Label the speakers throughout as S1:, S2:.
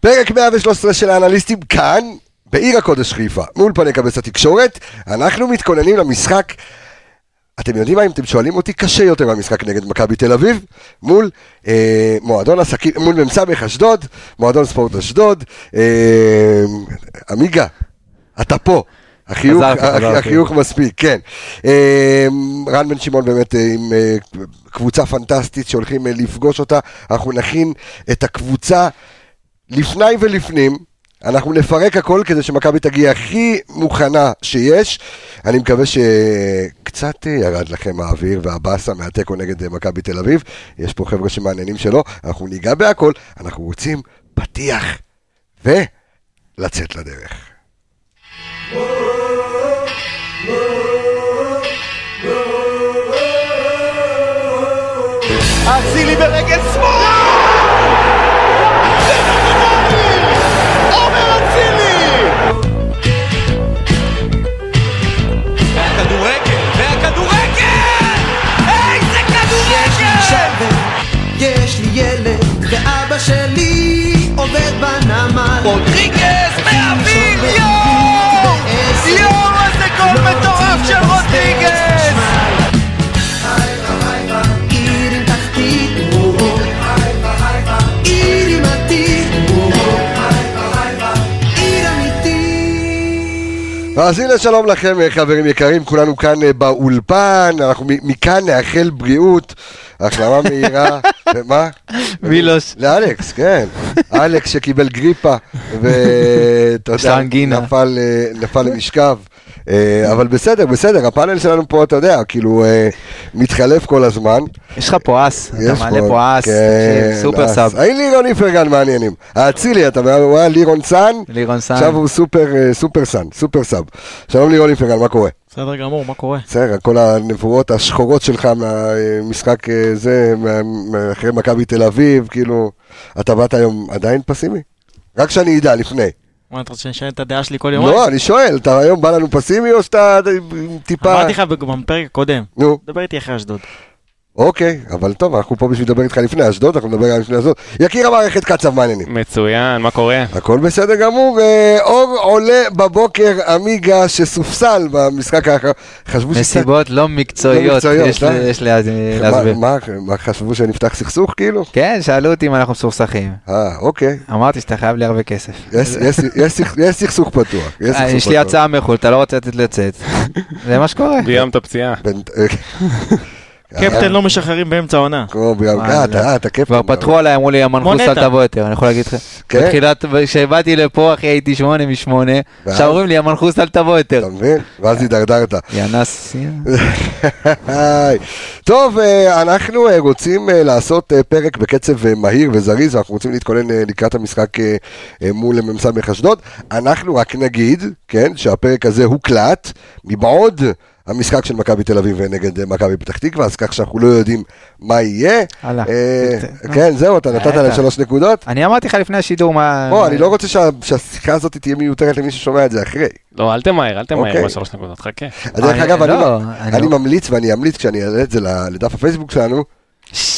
S1: פרק 113 של האנליסטים כאן, בעיר הקודש חיפה, מאולפני קבץ התקשורת, אנחנו מתכוננים למשחק, אתם יודעים מה, אם אתם שואלים אותי, קשה יותר מהמשחק נגד מכבי תל אביב, מול אה, מועדון עסקים, מול מ"ס אשדוד, מועדון ספורט אשדוד, אה, עמיגה, אתה פה. החיוך,
S2: חזרתי,
S1: הח-
S2: חזרתי.
S1: החיוך מספיק, כן. אה, רן בן שמעון באמת אה, עם אה, קבוצה פנטסטית שהולכים אה, לפגוש אותה, אנחנו נכין את הקבוצה לפני ולפנים, אנחנו נפרק הכל כדי שמכבי תגיע הכי מוכנה שיש. אני מקווה שקצת אה, ירד לכם האוויר והבאסה מהתיקו נגד אה, מכבי תל אביב. יש פה חבר'ה שמעניינים שלא, אנחנו ניגע בהכל, אנחנו רוצים פתיח ולצאת לדרך.
S3: אצילי ברגל שמאל! עומר אצילי!
S4: והכדורגל, והכדורגל! איזה
S5: יש לי
S4: כדורגל!
S5: שבת, יש לי ילד, ואבא שלי עובד בנמל.
S4: רודריגז מהאוויר, יואו! יואו, איזה גול
S6: לא,
S4: מטורף של רודריגז!
S5: עיר עם תחתית, עיר עם עתיד, עיר אמיתית.
S1: אז הנה שלום לכם אה, חברים יקרים, כולנו כאן אה, באולפן, אנחנו מ- מכאן נאחל בריאות, החלמה מהירה, ומה?
S2: מילוש.
S1: לאלכס, כן. אלכס שקיבל גריפה, ואתה יודע,
S2: סנגינה.
S1: נפל, אה, נפל למשכב. אה, אבל בסדר, בסדר, הפאנל שלנו פה, אתה יודע, כאילו, אה, מתחלף כל הזמן.
S2: יש לך פה אס, אתה
S1: יש
S2: מעלה
S1: פה,
S2: פה אס,
S1: כן,
S2: תקשיב, סופר
S1: אס.
S2: סאב.
S1: האם לירון איפרגן מעניינים? האצילי, אתה יודע, הוא היה לירון סאן,
S2: לירון סאן.
S1: עכשיו הוא סופר, אה, סופר סאן, סופר סאב. שלום לירון איפרגן, מה קורה?
S7: בסדר גמור, מה קורה?
S1: בסדר, כל הנבואות השחורות שלך מהמשחק אה, זה, מה- מה- אחרי מכבי תל אביב, כאילו, אתה באת היום עדיין פסימי? רק שאני אדע לפני.
S7: מה, אתה רוצה שאני אשאל את הדעה שלי כל יום?
S1: לא, אני שואל, אתה היום בא לנו פסימי או שאתה עם טיפה...
S7: אמרתי לך בג- בפרק הקודם,
S1: נו,
S7: דבר איתי אחרי אשדוד.
S1: אוקיי, אבל טוב, אנחנו פה בשביל לדבר איתך לפני אשדוד, אנחנו נדבר גם לפני אשדוד. יקיר המערכת קצב מעניינים.
S6: מצוין, מה קורה?
S1: הכל בסדר גמור, אה, אור עולה בבוקר, עמיגה שסופסל במשחק האחרון. חשבו שקצת-
S2: מסיבות לא
S1: לא
S2: מקצועיות,
S1: מקצועיות,
S2: יש
S1: אה?
S2: ל- יש לה- אה,
S1: מה-
S2: להסביר.
S1: מה- מה חשבו שנפתח סכסוך כאילו?
S2: כן, שאלו אותי אם אנחנו מסוכסכים.
S1: אה, אוקיי.
S2: אמרתי שאתה חייב לי הרבה כסף.
S1: יש- יש- יש סכ- יש סכסוך פתוח. יש
S2: אה,
S1: סכסוך
S2: יש לי
S1: פתוח.
S2: הצעה מחו"ל, אתה לא רוצה לתת לצאת. זה מה שקורה.
S6: ביימת פציעה.
S1: בין- אה,
S6: כן.
S7: קפטן לא משחררים באמצע העונה.
S1: כמו ביום-
S2: מה
S1: אה,
S2: זה?
S1: אתה אה, אתה קפטן.
S2: כבר פתחו עליי, אמרו לי, המנחוס
S7: מונטה.
S2: אל תבוא יותר, אני יכול להגיד לך.
S1: כן?
S2: בתחילת, כשבאתי לפה, אחי, הייתי שמונה משמונה,
S1: ואז?
S2: עכשיו אומרים לי, המנחוס אל תבוא יותר.
S1: אתה מבין?
S2: אה.
S1: ואז הידרדרת.
S2: יא נאס,
S1: היי. טוב, אה, אנחנו אה, רוצים אה, לעשות אה, פרק בקצב אה, מהיר וזריז, ואנחנו רוצים להתכונן אה, לקראת המשחק אה, אה, מול מ"ס אשדוד. אנחנו רק נגיד, כן, שהפרק הזה הוקלט מבעוד המשחק של מכבי תל אביב אה, נגד אה, מכבי פתח תקווה, אז כך שאנחנו לא יודעים מה יהיה.
S2: הלאה.
S1: אה,
S2: ת-
S1: כן, זהו, אתה נתת להם
S2: בטח. אה,
S1: שלוש נקודות.
S2: אני אמרתי לך לפני השידור מה...
S1: בוא, אני לא רוצה שה- שהשיחה הזאת תהיה מיותרת למי ששומע את זה אחרי.
S6: לא, אל תמהר, אל תמהר
S1: אוקיי.
S6: עם השלוש נקודות, חכה.
S1: דרך אגב, אני
S2: לא,
S1: מ-
S2: אני
S1: אני
S2: לא-
S1: ממליץ, ואני אמליץ כשאני אעלה את זה ל- לדף הפייסבוק שלנו,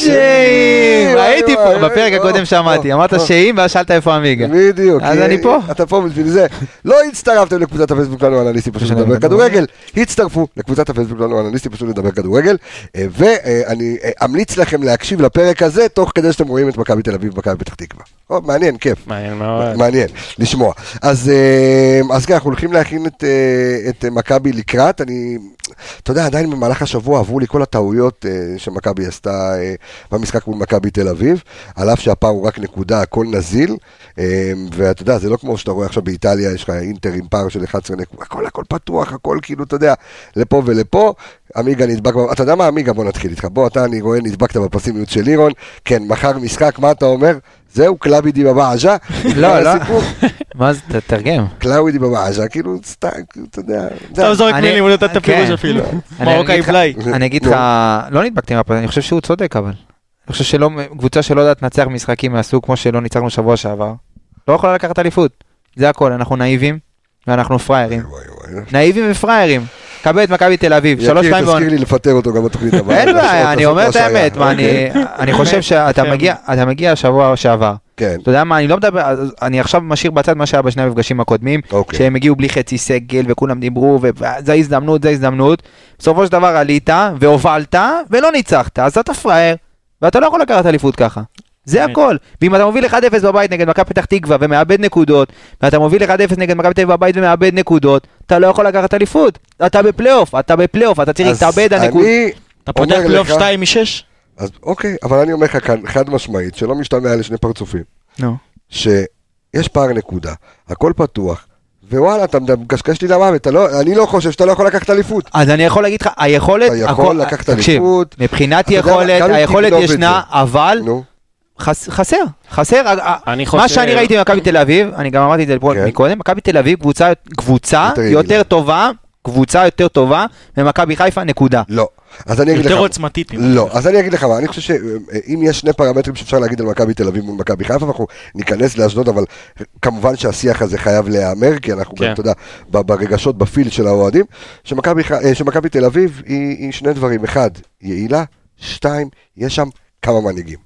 S2: שאם!
S1: וואי,
S2: הייתי
S1: וואי,
S2: פה, בפרק
S1: וואי,
S2: הקודם
S1: וואי, וואי,
S2: שמעתי, אמרת
S1: וואי.
S2: שאם, ואז שאלת איפה עמיגה.
S1: בדיוק.
S2: אז
S1: כי
S2: אני פה.
S1: אתה פה בשביל זה. לא הצטרפתם לקבוצת הפייסבוק שלנו אנליסטים פשוט
S2: שלנו
S1: לדבר
S2: כדורגל.
S1: כדורגל, הצטרפו לקבוצת הפייסבוק שלנו אנליסטים פשוט לדבר כדורגל, אה, ואני אה, אמליץ לכם להקשיב לפרק הזה תוך כדי שאתם רואים את מכבי תל אביב ומכבי פתח תקווה. או, מעניין, כיף.
S6: מעניין מאוד.
S1: מעניין, לשמוע. אז, אה, אז כן, אנחנו הולכים להכין את, אה, את אה, מכבי לקראת. אני, אתה יודע, עדיין במהלך השבוע עברו לי כל הטעויות אה, שמכבי עשתה אה, במשחק מול מכבי תל אביב, על אף שהפעם הוא רק נקודה, הכל נזיל. אה, ואתה יודע, זה לא כמו שאתה רואה עכשיו באיטליה, יש לך אינטר עם פער של 11 נקודות, הכל הכל פתוח, הכל כאילו, אתה יודע, לפה ולפה. עמיגה נדבק, ב- אתה יודע מה, עמיגה, בוא נתחיל איתך. בוא, אתה, אני רואה, נדבקת בפסימיות של לירון. כן, מחר משחק, מה אתה אומר? זהו, קלאבי דיבבה עג'ה.
S2: לא, לא. מה זה, ת- תרגם.
S1: קלאודי בבעז'ה, כאילו, סתם, כאילו, אתה יודע. זה-
S7: אתה לא זורק
S2: אני-
S7: מילים, הוא נתן את הפירוש
S2: כן.
S7: אפילו.
S2: אני
S7: מרוקאי
S2: אגיד לך-
S7: בלאי.
S2: אני אגיד
S1: נו.
S2: לך, לא נדבקתי עם הפרק, אני חושב שהוא צודק אבל. אני חושב שלא, קבוצה שלא יודעת לנצח משחקים מהסוג כמו שלא ניצחנו שבוע שעבר, לא יכולה לקחת אליפות. זה הכל, אנחנו נאיבים ואנחנו פראיירים.
S1: וואי, וואי.
S2: נאיבים ופראיירים. קבל את מכבי תל אביב, שלוש
S1: יקיר,
S2: פעמים בעונה.
S1: תזכיר לי לפטר אותו גם בתוכנית הבאה.
S2: אין
S1: לעשות-
S2: בעיה, אני
S1: לעשות
S2: אומר
S1: מה
S2: את
S1: שהיה.
S2: האמת, מה, אני-
S1: אוקיי.
S2: אני חושב שאתה
S7: כן.
S2: מגיע, אתה מגיע שבוע שעבר.
S1: כן,
S2: אתה יודע מה, אני לא מדבר, אז אני עכשיו משאיר בצד מה שהיה בשני המפגשים הקודמים,
S1: אוקיי.
S2: שהם הגיעו בלי חצי סגל וכולם דיברו, וזו הזדמנות, זו הזדמנות. בסופו של דבר עלית והובלת ולא ניצחת, אז אתה פראייר, ואתה לא יכול לקחת אליפות ככה. זה
S7: אמת.
S2: הכל. ואם אתה מוביל 1-0 בבית נגד מכבי פתח תקווה ומאבד נקודות, ואתה מוביל 1-0 נגד מכבי תל אביב בבית ומאבד נקודות, אתה לא יכול לקחת אליפות. אתה בפלייאוף, אתה בפלייאוף, אתה צריך
S1: אז
S2: להתאבד על נקודות.
S1: אני-
S7: אתה פותח
S1: אומר
S7: פלייאוף
S1: לך-
S7: 2 מ-6?
S1: אז אוקיי, אבל אני אומר לך כאן, חד משמעית, שלא משתמע לשני פרצופים,
S2: נו.
S1: שיש פער נקודה, הכל פתוח, ווואלה, אתה מקשקש לי למוות, אתה לא- אני לא חושב שאתה לא יכול לקחת אליפות.
S2: אז אני יכול להגיד לך, היכולת...
S1: אתה יכול
S2: הכל-
S1: לקחת
S2: תקשיב,
S1: אליפות.
S2: מבחינת
S1: אתה יודע מה,
S2: יכולת,
S1: גם אם
S2: היכולת
S1: תגנוב את
S2: ישנה, אבל
S1: נו,
S2: חס- חסר, חסר. ה- ה-
S6: אני
S2: מה
S6: חושב-
S2: שאני ראיתי במכבי תל אביב, אני גם אמרתי את זה פה
S1: כן.
S2: מקודם, מכבי תל אביב קבוצה- קבוצה
S1: יותר רגילה.
S2: יותר טובה, קבוצה יותר טובה ממכבי חיפה, נקודה.
S1: לא. אז אני אגיד לך...
S7: יותר עוצמתית. אם
S1: לא, אז אני אגיד לך מה, אני חושב שאם יש שני פרמטרים שאפשר להגיד על מכבי תל אביב מול מכבי חיפה, אנחנו ניכנס לאשדוד, אבל כמובן שהשיח הזה חייב להיאמר, כי אנחנו גם,
S6: כן.
S1: אתה יודע, ב- ברגשות, בפיל של האוהדים, שמכבי ח- אה, שמכבי תל אביב היא היא שני דברים, אחד, יעילה, שתיים, יש שם כמה מנהיגים.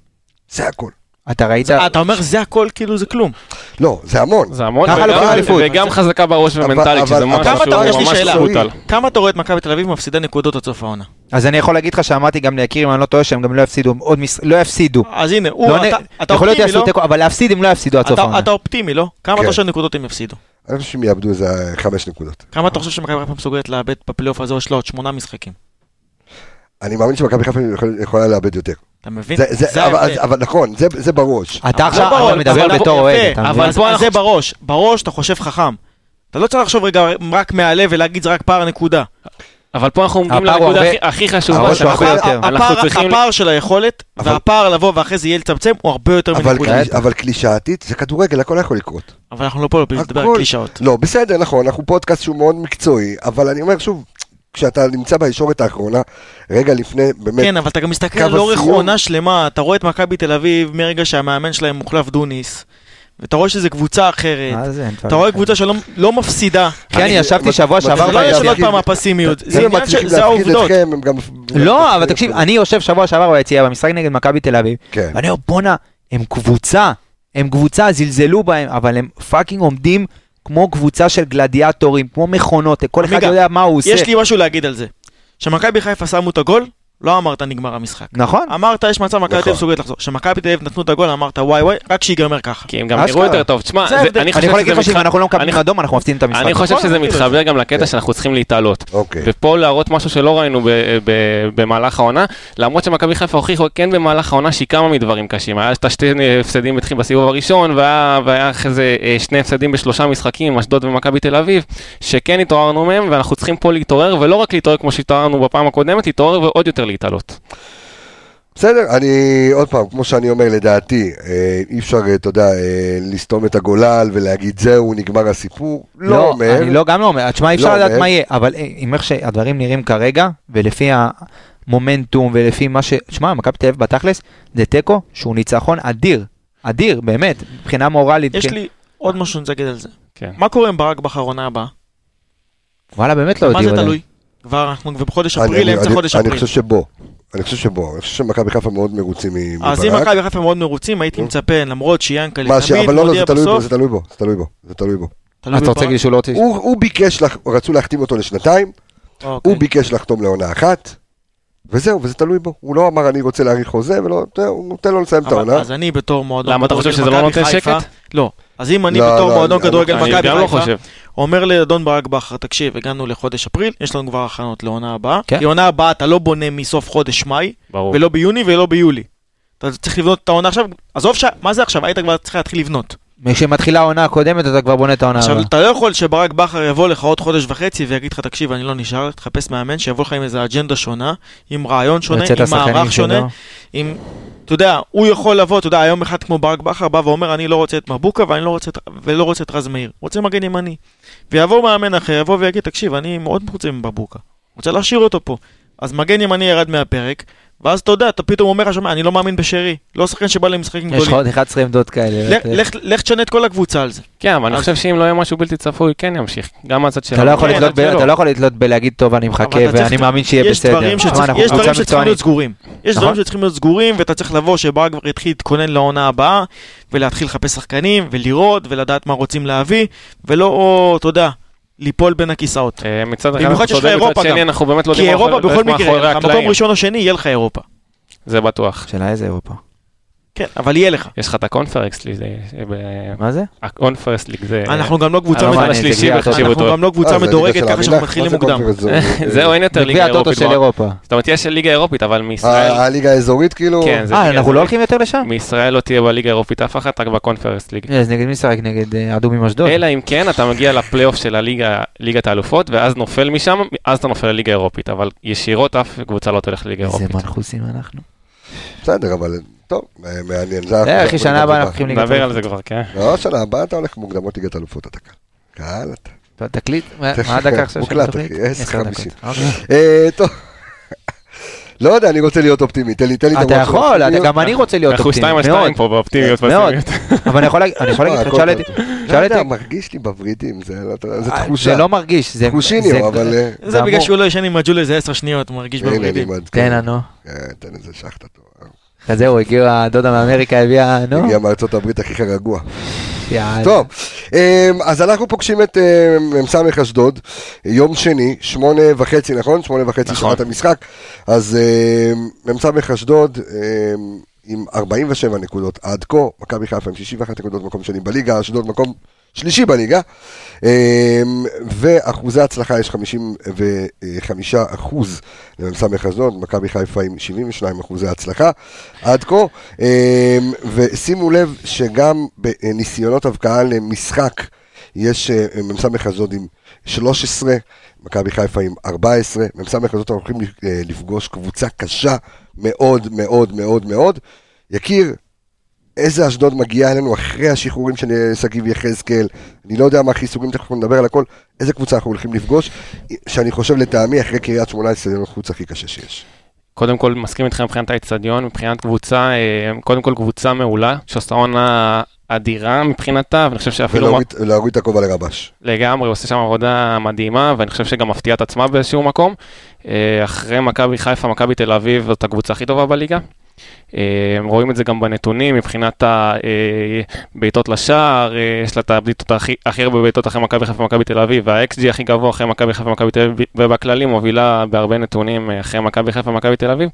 S1: זה הכל.
S2: אתה ראית?
S7: אה, אתה אומר זה הכל כאילו זה כלום. לא
S1: לא, זה המון.
S6: זה המון,
S2: ככה
S6: נכון, וגם-
S2: לוקחים אליפות.
S6: וגם חזקה בראש ומנטלית,
S1: אבל-
S6: שזה
S1: אבל-
S6: משהו
S7: כמה אתה- יש לי
S6: שהוא ממש
S7: שאלה.
S6: זכות על.
S7: כמה אתה רואה את מכבי תל אביב מפסידה נקודות עד סוף העונה?
S2: אז אני יכול להגיד לך שאמרתי גם ליקיר, אם אני לא טועה, שהם גם לא יפסידו, עוד מס- לא יפסידו.
S7: אז הנה, הוא,
S2: לא
S7: אתה-
S2: נ-
S7: אתה
S2: יכול להיות
S7: אופטימי,
S2: יעשו
S7: לא?
S2: תיקו, אבל להפסיד הם לא יפסידו עד סוף
S7: אתה-
S2: העונה.
S7: אתה אופטימי, לא? כמה
S1: כן.
S7: אתה חושב נקודות הם יפסידו?
S1: אני חושב שהם יאבדו איזה חמש נקודות.
S7: כמה אתה חושב שמכבי חיפה מסוגלת לאבד בפלייאוף הזה? יש לה עוד שמונה משחקים.
S1: אני מאמין שמכבי חיפה יכול- יכולה לאבד יותר.
S7: אתה מבין?
S1: זה- זה- אבל-
S7: ההבדל.
S1: אבל נכון, זה- זה בראש.
S2: אתה
S7: לא
S2: עכשיו
S7: ברור,
S2: אתה מדבר
S7: אבל-
S2: בתור אוהד,
S7: יפה,
S2: אתה מבין?
S7: אבל פה זה בראש, בראש אתה חושב חכם. אתה לא צריך לחשוב רגע רק מהלב ולהגיד זה רק פער נקודה.
S6: אבל פה אנחנו מגיעים
S2: הפער הוא
S6: לנקודה
S2: הרבה-
S6: הכי- הכי
S2: הראש
S6: חשובה
S2: הוא
S6: שאנחנו
S2: הרבה יותר.
S6: אנחנו
S7: הפער-
S6: צריכים...
S7: הפער של היכולת
S1: אבל-
S7: והפער לבוא ואחרי זה יהיה לצמצם הוא הרבה יותר
S1: אבל
S7: מנקודה.
S1: קליש- אבל קלישאתית, זה כדורגל, הכל יכול לקרות.
S7: אבל אנחנו לא פה בשביל לדבר על
S1: הכל.
S7: קלישאות.
S1: לא, בסדר, נכון, אנחנו פודקאסט שהוא מאוד מקצועי, אבל אני אומר שוב, כשאתה נמצא בישורת האחרונה, רגע לפני, באמת,
S7: כן, אבל אתה גם מסתכל
S1: קו
S7: על אורך
S1: הסיום.
S7: עונה שלמה, אתה רואה את מכבי תל אביב מרגע שהמאמן שלהם מוחלף דוניס, ואתה רואה שזו קבוצה אחרת.
S2: מה אה, זה, אין
S7: אתה
S2: דברים.
S7: רואה קבוצה שלא לא מפסידה.
S1: כן,
S2: כי כן, אני ישבתי שבוע
S1: זה
S2: שעבר...
S7: זה לא
S1: להפקיד-
S7: יש
S2: ביציע.
S7: עוד פעם הפסימיות,
S1: אם
S7: זה
S1: הם
S7: עניין של-
S1: כן, מצליחים
S7: זה
S1: להפקיד
S7: העובדות.
S1: אתכם, הם גם...
S2: לא, אבל תקשיב, אני יושב שבוע שעבר ביציע במשחק נגד מכבי תל אביב,
S1: כן.
S2: ואני אומר, בואנה, הם קבוצה, הם קבוצה, זלזלו בהם, אבל הם פאקינג עומדים כמו קבוצה של גלדיאטורים, כמו מכונות, כל אחד
S7: עמיגה,
S2: יודע מה הוא עושה.
S7: יש לי משהו להגיד על זה. כשמכבי חיפה שמו את הגול, לא אמרת נגמר המשחק.
S2: נכון?
S7: אמרת יש מצב מכבי תל
S1: נכון.
S7: אביב סוגרת לחזור. כשמכבי תל אביב נתנו את הגול אמרת וואי וואי, רק שיגמר ככה.
S1: כן,
S6: כי הם גם
S2: אשכרה.
S6: נראו יותר טוב. תשמע,
S7: זה
S6: אה, זה-
S7: ההבדל.
S6: אני
S2: אני
S6: חושב
S2: יכול
S6: שזה
S2: להגיד לך שאם
S6: מתחבר-
S2: אנחנו לא
S6: אני-
S2: מקבלים אדום, אנחנו מפסידים את המשחק.
S6: אני חושב
S7: נכון,
S6: שזה
S7: אני כאילו
S6: מתחבר גם
S1: כן.
S6: לקטע שאנחנו צריכים להתעלות.
S1: אוקיי.
S6: ופה להראות משהו שלא ראינו ב- ב- במהלך העונה, למרות שמכבי חיפה הוכיחו כן במהלך העונה שהיא קמה מדברים קשים. היה את השתי הפסדים התחיל בסיבוב הראשון, והיה והיה אחרי זה אה, שני הפסדים בשלושה משחקים, אשדוד ומכבי תל אביב, שכן התעוררנו מהם, ואנחנו צריכים פה להתעורר, ולא רק להתעורר כמו שהתעוררנו בפעם הקודמת, להתעורר ועוד יותר להתעלות.
S1: בסדר, אני עוד פעם, כמו שאני אומר, לדעתי, אה, אי אפשר, אה, אתה יודע, אה, לסתום את הגולל ולהגיד זהו, נגמר הסיפור. לא
S2: לא,
S1: אומר.
S2: אני לא, גם לא אומר. תשמע, אי
S1: לא
S2: אפשר לדעת
S1: אומר.
S2: מה יהיה, אבל אה, עם איך שהדברים נראים כרגע, ולפי המומנטום, ולפי מה ש... תשמע, מכבי תל אביב בתכלס, זה תיקו שהוא ניצחון אדיר. אדיר, באמת, מבחינה מורלית.
S7: יש
S2: כן.
S7: לי עוד משהו שאני רוצה להגיד על זה.
S6: כן.
S7: מה קורה עם ברק בכר עונה הבאה?
S1: לא
S2: וואלה, באמת לא
S7: מה
S2: יודעים.
S7: זה תלוי? כבר אנחנו כבר בחודש
S1: אני-
S7: אפריל,
S1: אני-
S7: אמצע
S1: אני-
S7: חודש
S1: אני
S7: אפריל.
S1: חושב שבו. אני חושב שבו. אני חושב שמכבי חיפה מאוד מרוצים מ-
S7: אז אם
S1: מברק.
S7: מכבי חיפה מאוד מרוצים, הייתי מצפה, למרות שיאנקל'ה
S1: אה? מה ש...
S7: תמיד
S1: אבל לא, לא,
S7: מודיע
S1: זה תלוי בו,
S7: בסוף,
S1: זה תלוי בו, זה תלוי בו, זה תלוי בו.
S7: תלוי
S2: אתה רוצה
S7: בברק.
S2: להגיד שהוא לא רוצה...
S1: הוא הוא ביקש, לח- רצו להחתים אותו לשנתיים,
S7: אוקיי.
S1: הוא ביקש לחתום לעונה אחת, וזהו, וזה תלוי בו. הוא לא אמר אני רוצה להאריך חוזה, ולא, אתה יודע, הוא נותן לו לסיים את
S7: אבל-
S1: העונה.
S7: אז אני בתור מועדון...
S6: למה אתה חושב שזה
S7: כדורגל
S6: לא
S7: מכבי
S6: נותן
S7: חיפה-
S6: שקט?
S7: לא. אז אם אני
S1: לא,
S7: בתור
S1: לא,
S7: מועדון
S1: אני-
S7: כדורגל
S1: אני
S7: מכבי
S6: גם לא
S7: חיפה,
S6: חושב.
S7: אומר לאדון ברק בכר, תקשיב, הגענו לחודש אפריל, יש לנו כבר הכנות לעונה הבאה.
S2: כן.
S7: כי עונה הבאה אתה לא בונה מסוף חודש מאי,
S6: ברור.
S7: ולא ביוני ולא ביולי. אתה צריך לבנות את העונה עכשיו, עזוב ש... מה זה עכשיו? היית כבר צריך להתחיל לבנות.
S2: כשמתחילה העונה הקודמת אתה כבר בונה את העונה
S7: עכשיו,
S2: הבאה.
S7: אתה לא יכול שברק בכר יבוא לך עוד חודש וחצי ויגיד לך, תקשיב, אני לא נשאר, תחפש מאמן שיבוא לך עם איזה אג'נדה שונה, עם רעיון שונה,
S2: לצאת
S7: עם
S2: השחקנים
S7: מערך
S2: שלו.
S7: שונה, עם... אתה יודע, הוא יכול לבוא, אתה יודע, היום אחד כמו ברק בכר בא ואומר, אני לא רוצה את מבוקה ואני לא רוצה את, ולא רוצה את רז מאיר, רוצה מגן ימני. ויבוא מאמן אחר, יבוא ויגיד, תקשיב, אני מאוד מרוצה מבבוקה, רוצה להשאיר אותו פה. אז מגן ימני ירד מהפרק, ואז אתה יודע, אתה פתאום אומר לך, שומע, אני לא מאמין בשרי. לא שחקן שבא למשחקים
S2: יש לך
S7: גדולים.
S2: עוד 11 עמדות כאלה.
S7: לך- לך- לך תשנה את כל הקבוצה על זה.
S6: כן, אבל אני
S7: אז-
S6: חושב שאם לא יהיה משהו בלתי צפוי, הוא כן ימשיך. גם מהצד שלנו.
S2: אתה לא, יכול
S7: כן,
S2: לתלות ב...
S6: שלו.
S2: אתה לא יכול לתלות בלהגיד טוב אני מחכה
S7: אבל אתה צריך-
S2: ואני מאמין שיהיה
S7: יש
S2: בסדר.
S7: דברים
S2: תשמע,
S7: שצריך-
S2: אנחנו
S7: יש
S2: קבוצה
S7: דברים שצריכים
S2: מקצוענית.
S7: להיות סגורים. יש
S2: נכון.
S7: דברים שצריכים להיות סגורים, ואתה צריך לבוא שבר כבר יתחיל להתכונן לעונה הבאה, ולהתחיל לחפש שחקנים, ולראות, ולדעת מה רוצים להביא, ולא, או, אתה יודע, ליפול בין הכיסאות.
S6: אה, מצד אחד
S7: במיוחד
S6: אנחנו
S7: שיש לך
S6: צודק, מצד
S7: אירופה
S6: שני
S7: גם.
S6: אנחנו באמת לא
S7: כי
S6: יודעים מה
S7: אירופה
S6: יכול להיות
S7: בכל
S6: מאחורי
S7: מקרה, לא מקום
S6: הקלעים.
S7: ראשון או שני, יהיה לך אירופה.
S6: זה בטוח.
S2: השאלה איזה אירופה.
S7: כן, אבל יהיה לך.
S6: יש לך את הקונפרקס ליג, זה- ב-
S2: מה זה?
S6: הקונפרס ליג זה...
S7: אנחנו גם לא
S6: אני
S7: קבוצה
S6: לא
S2: מעניין,
S7: מדורגת.
S6: מעניין, השלישי
S2: תגיע,
S6: וחשיבו
S7: אנחנו
S6: אותו.
S7: גם לא קבוצה
S1: אה, זה
S7: מדורגת,
S1: ליגה של
S7: ככה שאנחנו
S1: המדינה?
S7: מתחילים
S1: מה זה אה, conference
S7: מוקדם.
S1: zone?
S6: זהו, אין יותר
S2: גביע
S6: ליגה
S2: הטוטו
S6: אירופית.
S2: של
S6: כבר.
S2: אירופה.
S6: זאת אומרת, יש ליגה אירופית, אבל מישראל...
S1: ה- הליגה האזורית כאילו?
S6: כן, זה
S2: אה, אה,
S6: ליגה
S2: אנחנו לא
S6: אירופית.
S2: הולכים יותר לשם?
S6: מישראל לא תהיה בליגה האירופית אף אחת, רק בקונפרנס ליג.
S2: אז נגד מי שחק? נגד אה, אדומים אשדוד?
S6: אלא אם כן אתה מגיע לפלייאוף של הליגה, ליגת האלופות, ואז נופל משם, אז אתה נופל לליגה האירופית, אבל ישירות אף קבוצה לא תלך לליגה
S2: איזה
S6: האירופית.
S2: מנחוסים אנחנו.
S1: בסדר, אבל טוב, אה, מעניין. זה
S2: אה, אחי,
S1: אנחנו-
S2: שנה הבאה אנחנו הולכים ליגת
S6: נדבר על
S2: האלופות.
S6: זה כבר, כן.
S1: לא, שנה הבאה אתה הולך מוקדמות ליגת אלופות אתה כאן. קהל אתה.
S2: טוב, תקליט, מה
S1: תכף,
S2: מה הדקה עכשיו של
S1: מוקלט,
S2: התוכנית?
S1: אחי, עשר
S2: עשר
S1: חמישים.
S2: דקות. אוקיי.
S1: אה, טוב. לא יודע, אני רוצה להיות אופטימי. תן לי, תן לי את
S2: אתה
S1: המוח של
S2: יכול, אתה-
S1: אופטימיות.
S2: גם אני רוצה להיות
S6: אנחנו
S2: אופטימי,
S6: שתיים על
S2: מאוד. אה,
S6: שתיים פה באופטימיות.
S2: מאוד.
S6: והסימיות.
S2: אבל אני יכול להגיד- אני יכול
S1: לא,
S2: להגיד לך,
S1: הכל
S2: שאל
S1: טוב.
S2: אותי, שאל
S1: לא יודע,
S2: אותי,
S1: מרגיש לי בוורידים, זה לא- זה
S2: אה,
S1: תחושה.
S2: זה לא מרגיש, זה...
S1: תחושיניו,
S2: זה-
S1: אבל... אה,
S7: זה בגלל
S2: אמור-
S7: שהוא לא ישן עם הג'ול איזה עשר שניות, מרגיש
S1: הנה, אני
S7: בברידים.
S1: מעדכן.
S2: תן לנו.
S1: אה, תן איזה שחטה טובה.
S2: כן, אז זהו, הגיעה הדודה מאמריקה, הביאה, נו.
S1: הגיע מארצות הברית הכי רגוע.
S2: יאללה.
S1: טוב, אמ, אז אנחנו פוגשים את אמ, מ"ס אשדוד, יום שני, שמונה וחצי, נכון? שמונה וחצי
S6: נכון.
S1: שעת המשחק. אז אמ, מ"ס אשדוד אמ, עם 47 נקודות עד כה, מכבי חיפה עם 61 נקודות, מקום שני בליגה, אשדוד מקום שלישי בליגה. אמ, ואחוזי הצלחה יש 55 אחוז למ"ס אשדוד, מכבי חיפה עם 72 אחוזי הצלחה עד כה. אמ, ושימו לב שגם בניסיונות הבקעה למשחק, יש אה, מ"ס אשדוד עם 13, מכבי חיפה עם 14, מ"ס אשדוד הולכים אה, לפגוש קבוצה קשה מאוד מאוד מאוד מאוד. יקיר, איזה אשדוד מגיעה אלינו אחרי השחרורים של אה, שגיב יחזקאל, אני לא יודע מה החיסורים, תכף נדבר על הכל, איזה קבוצה אנחנו הולכים לפגוש, שאני חושב לטעמי אחרי קריית שמונה, זה החוץ הכי קשה שיש.
S6: קודם כל, מסכים איתכם מבחינת האצטדיון, מבחינת קבוצה, אה, קודם כל קבוצה מעולה, שעושה עונה אדירה מבחינתה, ואני חושב שאפילו...
S1: ולהוריד להוריד את הכובע לרבש.
S6: לגמרי, הוא עושה שם עבודה מדהימה, ואני חושב שגם מפתיעה את עצמה באיזשהו מקום. אה, אחרי מכבי חיפה, מכבי תל אביב, זאת הקבוצה הכי טובה בליגה. אה, רואים את זה גם בנתונים, מבחינת הבעיטות לשער, אה, יש לה את הבעיטות הכי הכי הרבה בעיטות אחרי מכבי חיפה ומכבי תל אביב, וה-XG הכי גבוה אחרי מכבי חיפה ומכבי תל אביב, ובכללים מובילה בהרבה נתונים אה, אחרי מכבי חיפה ומכבי תל אביב,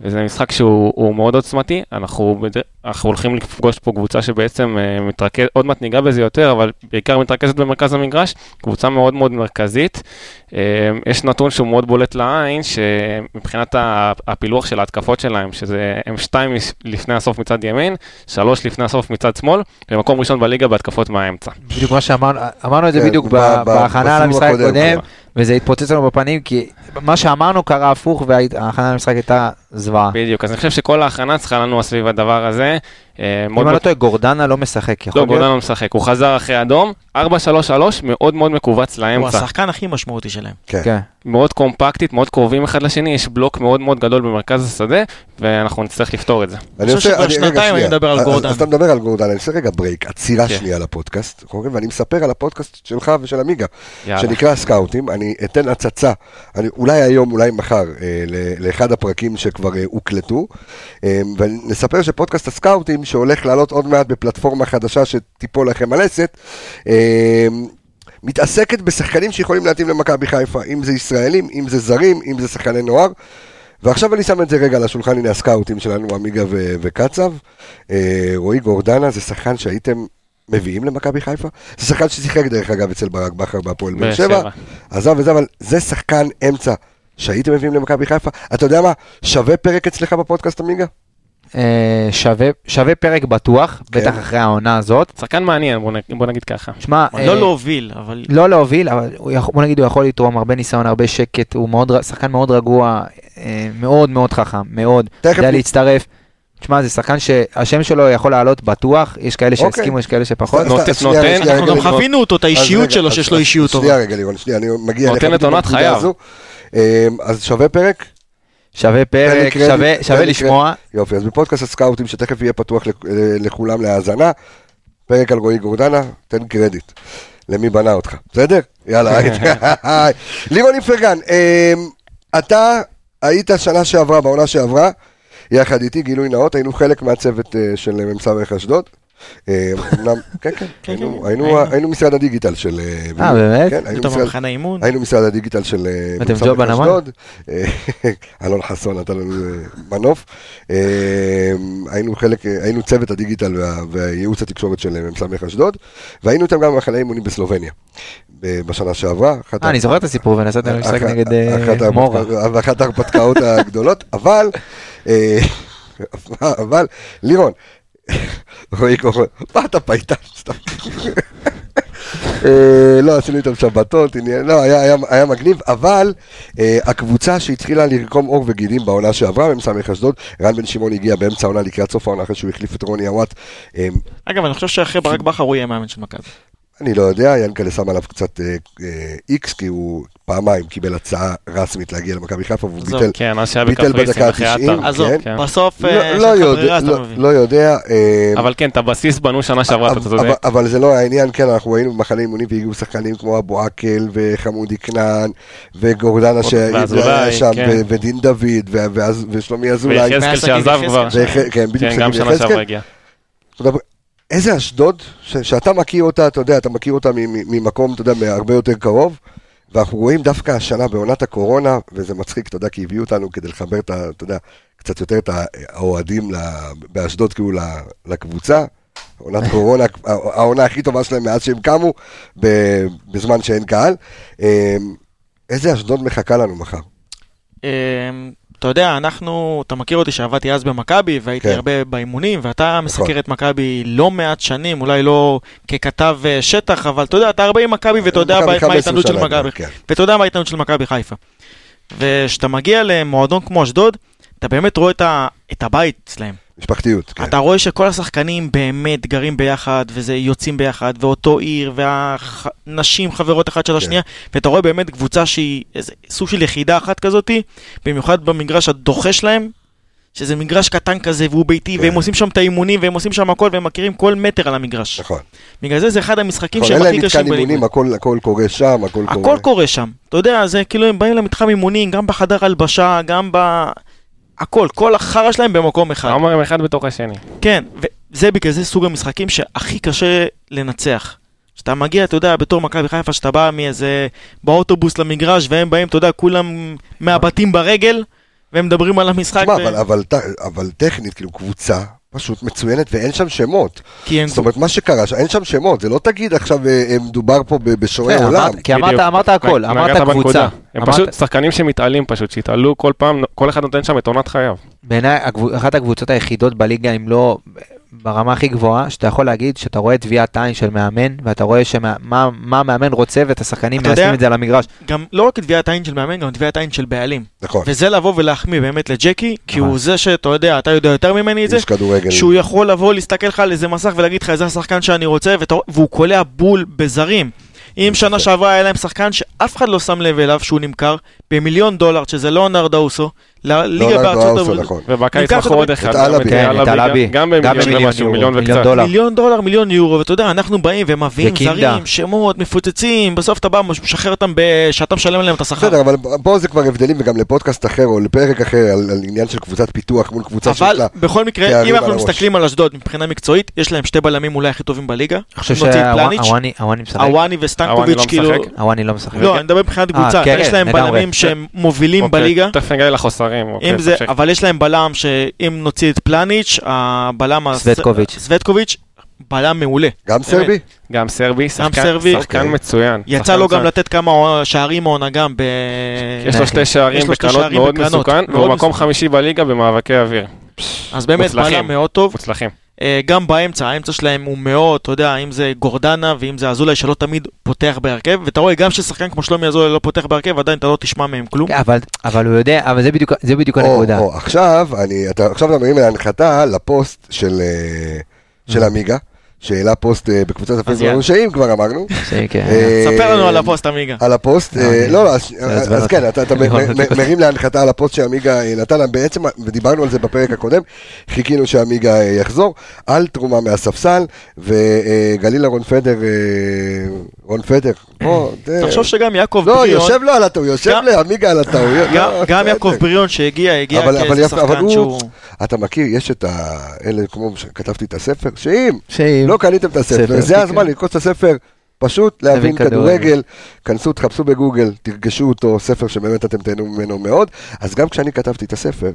S6: וזה משחק שהוא הוא מאוד עוצמתי, אנחנו, בד- אנחנו הולכים לפגוש פה קבוצה שבעצם אה, מתרכז, עוד מעט ניגע בזה יותר, אבל בעיקר מתרכזת במרכז המגרש, קבוצה מאוד מאוד מרכזית. אה, יש נתון שהוא מאוד בולט לעין, שמבחינת ה- הפילוח של ההתקפות שלהם, שזה הם שתיים לפ- לפני הסוף מצד ימין, שלוש לפני הסוף מצד שמאל, ומקום ראשון בליגה בהתקפות מהאמצע.
S2: בדיוק מה שאמרנו, אמרנו את זה
S1: כן,
S2: בדיוק
S1: ב-
S2: ב-
S1: ב-
S2: בהכנה
S1: בסיבוב
S2: למשחק
S1: הקודם.
S2: הקודם, וזה התפוצץ לנו בפנים, כי מה שאמרנו קרה הפוך, וההכנה למשחק הייתה זוועה.
S6: בדיוק, אז אני חושב שכל ההכנה צריכה לנוע סביב הדבר הזה. אה, מאוד
S2: אם אני
S6: מאוד
S2: לא טועה, גורדנה לא משחק, יכול
S6: לא, גולן
S2: להיות?
S6: לא משחק, הוא חזר אחרי אדום, 4-3-3, מאוד מאוד מכווץ
S7: הוא
S6: לאמצע.
S7: השחקן הכי משמעותי שלהם.
S1: לא.
S2: כן.
S6: מאוד קומפקטית, מאוד קרובים אחד לשני, יש בלוק מאוד מאוד גדול במרכז השדה, ואנחנו נצטרך לפתור את זה.
S1: אני רוצה-
S7: חושב שכבר
S1: אני- רגע,
S7: שנתיים אני
S1: שנייה.
S7: מדבר על
S1: אז-
S7: גורדן.
S1: אז אתה מדבר על גורדן, אני עושה רגע ברייק, עצירה
S6: כן.
S1: שנייה לפודקאסט, אוקיי? ואני מספר על הפודקאסט שלך ושל עמיגה,
S6: יאללה.
S1: שנקרא סקאוטים, אני אתן הצצה, אני, אולי היום, אולי מחר, אה, ל- לאחד הפרקים שכבר אה, הוקלטו, אה, ונספר שפודקאסט הסקאוטים, שהולך לעלות עוד מעט בפלטפורמה חדשה שתיפול לכם הלסת, אה, מתעסקת בשחקנים שיכולים להתאים למכבי חיפה, אם זה ישראלים, אם זה זרים, אם זה שחקני נוער. ועכשיו אני שם את זה רגע על השולחן, הנה הסקאוטים שלנו, עמיגה ו- וקצב. אה, רועי גורדנה זה שחקן שהייתם מביאים למכבי חיפה. זה שחקן ששיחק דרך אגב אצל ברק בכר בהפועל באר
S6: באר
S1: שבע.
S6: שבע.
S1: עזב וזה, אבל זה שחקן אמצע שהייתם מביאים למכבי חיפה. אתה יודע מה, שווה פרק אצלך בפודקאסט עמיגה?
S2: אה, שווה- שווה פרק בטוח,
S1: כן.
S2: בטח אחרי העונה הזאת.
S6: שחקן מעניין, בוא, נ... בוא נגיד ככה.
S2: שמע, אה,
S7: לא להוביל, אבל...
S2: לא להוביל, אבל הוא יכול- בוא נגיד הוא יכול לתרום הרבה ניסיון, הרבה שקט, הוא מאוד ר- שחקן מאוד רגוע, אה, מאוד מאוד חכם, מאוד,
S1: תכף
S2: יודע
S1: נ-
S2: להצטרף. תשמע, זה שחקן שהשם שלו יכול לעלות בטוח, יש כאלה
S1: אוקיי.
S2: שהסכימו, יש כאלה שפחות.
S1: אז אתה-
S6: נותן-
S1: שנייה,
S6: נותן,
S1: שנייה,
S7: נכון, אנחנו
S1: רגע,
S7: גם
S1: לירון.
S7: חווינו אותו, את
S1: אז רגע,
S7: האישיות שלו,
S1: אז-
S7: שיש לו אישיות טובה.
S1: שנייה רגע לירון, שנייה, אני מגיע
S6: נותן את
S1: בדיוק
S6: עונת
S1: לנקודה
S6: חייו.
S1: הזו. אה, אז שווה פרק?
S2: שווה פרק,
S1: קרדיט,
S2: שווה- שווה
S1: תן לי
S2: לשמוע.
S1: יופי, אז בפודקאסט הסקאוטים, שתכף יהיה פתוח לכ- אה, לכולם להאזנה, פרק על רועי גורדנה, תן קרדיט. למי בנה אותך, בסדר? יאללה, היי. לירון איפרגן, אמ, אתה היית שנה שעברה, בעונה שעברה, יחד איתי, גילוי נאות, היינו חלק מהצוות אה, של מ"ס אשדוד. אה, אמנם, כן, כן, היינו- היינו ה- היינו משרד הדיגיטל של...
S2: אה, באמת?
S1: כן, היינו
S7: אתה
S1: משרד-
S7: במחנה אימון?
S1: היינו משרד הדיגיטל של אה,
S2: אתם
S1: מוצר
S2: ג'וב הנמל?
S1: אשדוד. אה, אלון חסון נתן לנו אה, מנוף. אה, היינו חלק, אה, היינו צוות הדיגיטל וה- והייעוץ התקשורת של אה, מ"ס אשדוד, והיינו איתם גם במחנה אימונים בסלובניה ב- בשנה שעברה. אחת
S2: אה, אני זוכר את הסיפור ונסעתם למשחק
S1: אחת-
S2: נגד אה,
S1: אחת ההרפתקא-
S2: מורה.
S1: אחת ההרפתקאות הגדולות, אבל, אה, אבל, לירון, רועי קורן, מה אתה פייטן? סתם. אה, לא, עשינו איתם שבתות, עניין- לא, היה- היה- היה מגניב, אבל אה, הקבוצה שהתחילה לרקום עור וגידים בעונה שעברה, מ"ס אשדוד, רן בן שמעון הגיע באמצע העונה לקראת סוף העונה אחרי שהוא החליף את רוני עוואט. אה,
S7: אגב, אני חושב שאחרי ברק בכר הוא יהיה מאמן של מכבי.
S1: אני לא יודע, ינקלה שם עליו קצת אה, אה, איקס, כי הוא פעמיים קיבל הצעה רסמית להגיע למכבי חיפה, והוא
S7: עזוב,
S1: ביטל,
S6: כן, אז שהיה
S1: ביטל
S6: בקפריסין
S1: בדקה
S6: אחרי
S1: ה-90,
S6: עטר.
S7: עזוב,
S1: כן.
S7: בסוף
S1: לא-
S7: אה, יש
S1: לא
S7: לך
S1: יודע-
S7: ברירה, אתה
S1: לא-
S7: מבין.
S1: לא יודע, אה,
S6: אבל כן, את הבסיס בנו שנה שעברה, אתה
S1: אבל- אבל-
S6: צודק.
S1: אבל זה לא העניין, כן, אנחנו היינו במחנה אימונים והגיעו שחקנים כמו אבו עקל וחמודי כנען וגורדנה שהיה
S6: אוקיי, ואזולאי,
S1: שם,
S6: כן.
S1: ו- ודין דוד, ו- ואז- ושלומי אזולאי.
S6: ויחזקאל
S7: מהעסקים
S6: שעזב
S7: יחזקאל.
S6: כבר.
S1: ויחזקאל, כן, בדיוק,
S6: כן, גם
S1: שגיב
S6: שנה שעברה
S1: יחזקאל.
S6: הגיע.
S1: אתה יודע, איזה אשדוד, ש- שאתה מכיר אותה, אתה יודע, אתה מכיר אותה מ- מ- ממקום, אתה יודע, הרבה יותר קרוב, ואנחנו רואים דווקא השנה בעונת הקורונה, וזה מצחיק, אתה יודע, כי הביאו אותנו כדי לחבר את ה... אתה יודע, קצת יותר את האוהדים ל- באשדוד, כאילו, ל- לקבוצה. עונת קורונה, הע- העונה הכי טובה שלהם מאז שהם קמו, ב- בזמן שאין קהל. אמ, איזה אשדוד מחכה לנו מחר?
S7: אמ, אתה יודע, אנחנו, אתה מכיר אותי שעבדתי אז במכבי, והייתי
S1: כן.
S7: כן. הרבה באימונים, ואתה
S1: נכון.
S7: מסקר את מכבי לא מעט שנים, אולי לא ככתב אה, שטח, אבל אתה יודע, אתה הרבה עם מכבי ואתה יודע
S1: מכבי
S7: מה- מה
S1: 15
S7: ההתנהלות של
S1: שנה,
S7: מכבי,
S1: כן.
S7: ואתה יודע מה ההתנהלות של מכבי חיפה. וכשאתה מגיע למועדון כמו אשדוד, אתה באמת רואה את, ה, את הבית אצלהם.
S1: משפחתיות, כן.
S7: אתה רואה שכל השחקנים באמת גרים ביחד, וזה יוצאים ביחד, ואותו עיר, והנשים חברות אחת
S1: כן.
S7: של השנייה, ואתה רואה באמת קבוצה שהיא איזה סוג של יחידה אחת כזאתי, במיוחד במגרש הדוחה שלהם, שזה מגרש קטן כזה, והוא ביתי,
S1: כן.
S7: והם עושים שם את האימונים, והם עושים שם הכל, והם מכירים כל מטר על המגרש.
S1: נכון.
S7: בגלל זה זה אחד המשחקים
S1: נכון,
S7: שהם
S1: אין להם
S7: הכי
S1: מתקן
S7: קשים
S1: אימונים,
S7: בליגה.
S1: הכל הכל קורה שם, הכל קורה.
S7: הכל קורה שם, אתה יודע, זה כאילו הם באים למתחם אימונים, גם בחדר הלבשה, גם ב... הכל, כל החרא שלהם במקום אחד.
S6: עומר הם אחד בתוך השני.
S7: כן, וזה בגלל זה סוג המשחקים שהכי קשה לנצח. כשאתה מגיע, אתה יודע, בתור מכבי חיפה, שאתה בא מאיזה... באוטובוס למגרש, והם באים, אתה יודע, כולם מהבתים ברגל, והם מדברים על המשחק,
S1: תשמע,
S7: ו-
S1: אבל, אבל, ט- אבל טכנית, כאילו, קבוצה פשוט מצוינת, ואין שם שמות.
S7: כי הם...
S1: זאת אומרת, מה שקרה, ש- אין שם שמות, זה לא תגיד עכשיו, אה, אה, מדובר פה ב- בשועי
S2: כן,
S1: עולם.
S2: אמרת- כי אמרת
S6: בדיוק.
S2: אמרת הכל,
S6: נגעת
S2: אמרת
S6: בנקודה.
S2: קבוצה.
S6: הם
S2: אמרת-
S6: פשוט שחקנים שמתעלים פשוט, שהתעלו כל פעם, כל אחד נותן שם את עונת חייו.
S2: בעיניי הקבו- אחת הקבוצות היחידות בליגה, אם לא ברמה הכי גבוהה, שאתה יכול להגיד שאתה רואה טביעת עין של מאמן, ואתה רואה שמה- מה מה המאמן רוצה ואת השחקנים
S7: אתה יודע-
S2: מיישמים את זה על המגרש.
S7: גם לא רק טביעת עין של מאמן, גם טביעת עין של בעלים.
S1: נכון,
S7: וזה לבוא ולהחמיא באמת לג'קי, כי
S2: אבל-
S7: הוא זה שאתה יודע, אתה יודע יותר ממני את זה,
S1: יש כדורגל.
S7: שהוא יכול לבוא, להסתכל לך על איזה מסך ולהגיד לך, זה השחקן שאני רוצה, ואתה... והוא קולע בול בזרים. אם שנה שעברה היה להם שחקן שאף אחד לא שם לב אליו שהוא נמכר במיליון דולר, שזה ליאונרד אאוסו, לליגה
S1: לא
S7: בארצות
S1: לארדואוסו,
S7: הברית.
S1: נכון.
S6: ובקיץ
S7: ניקח
S6: מכרו
S7: אותו
S6: עוד
S7: ב-
S6: אחד.
S1: את
S6: גם
S1: אלאבי.
S2: כן, את
S6: אלאבי, גם-
S2: אלאבי. גם
S6: גם במיליון
S2: במיליון
S6: ומשהו,
S2: יורו,
S6: מיליון
S2: מיליון
S6: וקצת.
S2: דולר.
S7: מיליון דולר, מיליון יורו, ואתה יודע, אנחנו באים ומביאים
S2: וקינדה.
S7: זרים, שמות, מפוצצים, בסוף אתה בא, משחרר אותם שאתה משלם להם את השכר.
S1: בסדר, אבל פה זה כבר הבדלים, וגם לפודקאסט אחר או לפרק אחר, על, על עניין של קבוצת פיתוח מול קבוצה שיש
S7: אבל
S1: לה...
S7: בכל מקרה,
S1: תארים
S7: אם
S1: על
S7: אנחנו
S1: הראש.
S7: מסתכלים על אשדוד מבחינה מקצועית, יש להם שתי בלמים אולי הכי טובים בליגה.
S2: אני חושב
S7: נוציא את פלניץ',
S2: שהוואני משחק.
S7: הוואני
S6: הוואני
S7: וסטנקוביץ',
S6: לא
S7: כאילו...
S6: משחק.
S2: הוואני לא משחק.
S7: לא, אני מדבר מבחינת קבוצה,
S2: כן,
S7: יש
S2: כן,
S7: להם
S2: לגמרי.
S7: בלמים שהם מובילים
S6: אוקיי,
S7: בליגה,
S6: תכף נגיע לחוסרים. אוקיי,
S7: אם זה,
S6: תמשיך.
S7: אבל יש להם בלם שאם נוציא את פלניץ', הבלם... הס-
S2: סווטקוביץ'.
S7: סווטקוביץ', בלם מעולה.
S1: גם סרבי?
S6: גם סרבי, שחקן-
S7: סרבי.
S6: שחקן
S1: אוקיי.
S6: מצוין.
S7: יצא
S6: שחקן
S7: לו גם
S6: מצוין.
S7: לתת כמה שערים העונה גם ב...
S6: יש לו שתי
S7: יש
S6: שערים
S7: לו שתי
S6: בקרנות
S7: שערים
S6: מאוד
S7: בקרנות,
S6: מסוכן,
S7: מאוד
S6: והוא מקום
S7: מסוכן. אה,
S6: חמישי בליגה במאבקי אוויר.
S7: אז באמת,
S6: מוצלחים.
S7: בלם מאוד טוב.
S6: מוצלחים.
S7: אה, גם באמצע, האמצע שלהם הוא מאוד, אתה יודע, אם זה גורדנה ואם זה אזולאי שלא תמיד פותח בהרכב, ואתה רואה גם ששחקן כמו שלומי אזולאי לא פותח בהרכב, עדיין אתה לא תשמע מהם כלום.
S2: כן, אבל- אבל הוא יודע, אבל זה בדיוק- זה בדיוק
S1: או,
S2: הנקודה.
S1: או, עכשיו, אני, אתה, עכשיו אתה מרים להנחתה לפוסט של, אה, של עמיגה, שהעלה פוסט אה, בקבוצת הפייסבוק
S7: יאללה.
S1: הרושעים, כבר אמרנו.
S2: כן.
S1: אה,
S7: ספר לנו על הפוסט, עמיגה.
S1: על הפוסט, אה,
S2: אוקיי.
S1: לא, לא, אז-
S2: זה
S1: אז
S2: עצבן
S1: אז
S2: אותי.
S1: כן, אתה אתה מ-
S2: נכון,
S1: מ-
S2: זה
S1: מ-
S2: כזה.
S1: מרים להנחתה על הפוסט שעמיגה אה, נתן להם, בעצם, ודיברנו על זה בפרק הקודם, חיכינו שעמיגה אה, יחזור, על תרומה מהספסל, וגלילה רון פדר, אה, רון פדר, פה, זה-
S7: תחשוב שגם יעקב
S1: אה, לא,
S7: בריון,
S1: יושב לו על הטעויות, יושב
S7: גם-
S1: לעמיגה על הטעויות.
S7: גם-
S1: לא,
S7: גם
S1: בסדר.
S7: יעקב בריון שהגיע, הגיע
S1: אבל- אבל
S7: כאיזה
S1: יפה, אבל
S7: שחקן
S1: הוא-
S7: שהוא...
S1: אתה מכיר, יש את האלה, כמו שכתבתי את הספר, שאם
S2: שאם-
S1: לא קניתם את הספר,
S2: ספר,
S1: זה
S2: כן,
S1: הזמן
S2: כן.
S1: לרכוש את הספר. פשוט להבין
S2: להבין
S1: כדורגל,
S2: כדורגל.
S1: כנסו, תחפשו בגוגל, תרגשו אותו, ספר שבאמת אתם תהנו ממנו מאוד. אז גם כשאני כתבתי את הספר,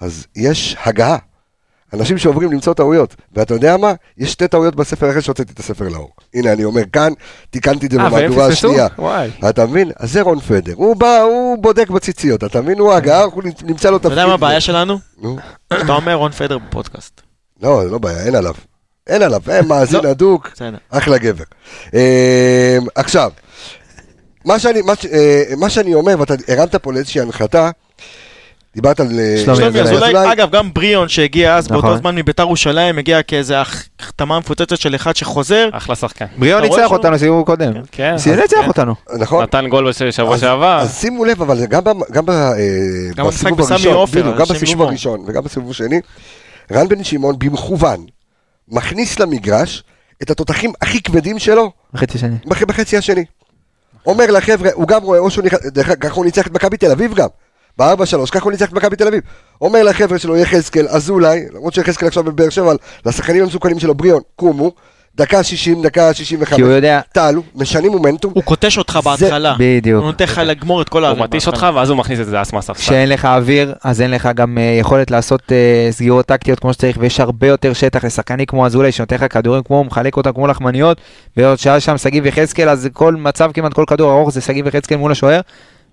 S1: אז יש הגעה. אנשים שעוברים למצוא טעויות, ואתה יודע מה? יש שתי טעויות בספר אחרי שהוצאתי את הספר לאור. הנה, אני אומר כאן, תיקנתי את זה
S6: אה, והם
S1: במהדורה
S6: פספסו?
S1: השנייה.
S6: וואי.
S1: אתה מבין? אז זה רון פדר, הוא בא, הוא בודק בציציות, אתה מבין? הוא הגר, הוא נמצא לו
S7: אתה
S1: תפקיד.
S7: יודע מה הבעיה שלנו?
S1: נו,
S7: שאתה אומר רון פדר בפודקאסט.
S1: לא, לא בעיה, אין עליו. אין עליו, אה, מאזין
S7: לא.
S1: הדוק,
S7: בסדר.
S1: אחלה גבר. אה, עכשיו, מה שאני, מה, ש- אה, מה שאני אומר, ואתה הרמת פה לאיזושהי הנחתה, דיברת על אה,
S2: שלומי
S7: שלומי
S2: אזולאי.
S7: אזולאי, אגב, גם בריון שהגיע אז באותו
S2: נכון.
S7: זמן מביתר ירושלים, הגיע כאיזה הח- החתמה מפוצצת של אחד שחוזר.
S6: אחלה שחקן.
S2: בריאון
S7: אתה רואה
S2: ניצח
S7: שהוא-
S2: אותנו סיבוב קודם.
S6: כן.
S2: סיבוב ניצח אותנו.
S1: נכון?
S6: נתן גול בשבוע שעבר.
S1: אז שימו לב, אבל גם, במ- גם, ב- אה,
S7: גם המשחק
S1: בסיבוב
S7: בסמי
S1: הראשון,
S7: עופר,
S1: בדיוק, גם
S7: השם
S1: בסיבוב
S7: ישמור.
S1: הראשון וגם בסיבוב השני, רן בן שמעון במכוון מכניס למגרש את התותחים הכי כבדים שלו
S2: חצי שני.
S1: בח- בחצי השני. אומר לחבר'ה, הוא גם רואה, או שהוא נכנס, דרך אגב, ככה הוא ניצח את מכבי תל אביב גם. בארבע שלוש, ככה הוא ניצח את מכבי תל אביב. אומר לחבר'ה שלו, יחזקאל, אזולאי, למרות שיחזקאל עכשיו בבאר שבע, אבל לשחקנים המסוכנים שלו, בריאון, קומו, דקה שישים, דקה שישים וחמש.
S2: כי הוא יודע,
S1: תעלו, משנים מומנטום.
S7: הוא קוטש אותך בהתחלה.
S2: בדיוק.
S7: הוא נותן לך לגמור את כל
S6: הוא
S7: הערים
S6: מתיש אותך
S7: בהתחלה.
S6: ואז הוא מכניס את זה אס מהספסל.
S2: כשאין לך אוויר, אז אין לך גם אה, יכולת לעשות אה, סגירות טקטיות כמו שצריך, ויש הרבה יותר שטח לשחקני כמו אזולאי, שנותן לך כדורים כמו, הוא מחלק אותם כמו לחמניות, ועוד שעה שם שגיב יחזקאל, אז כל מצב, כמעט כל כדור ארוך זה שגיב יחזקאל מול השוער,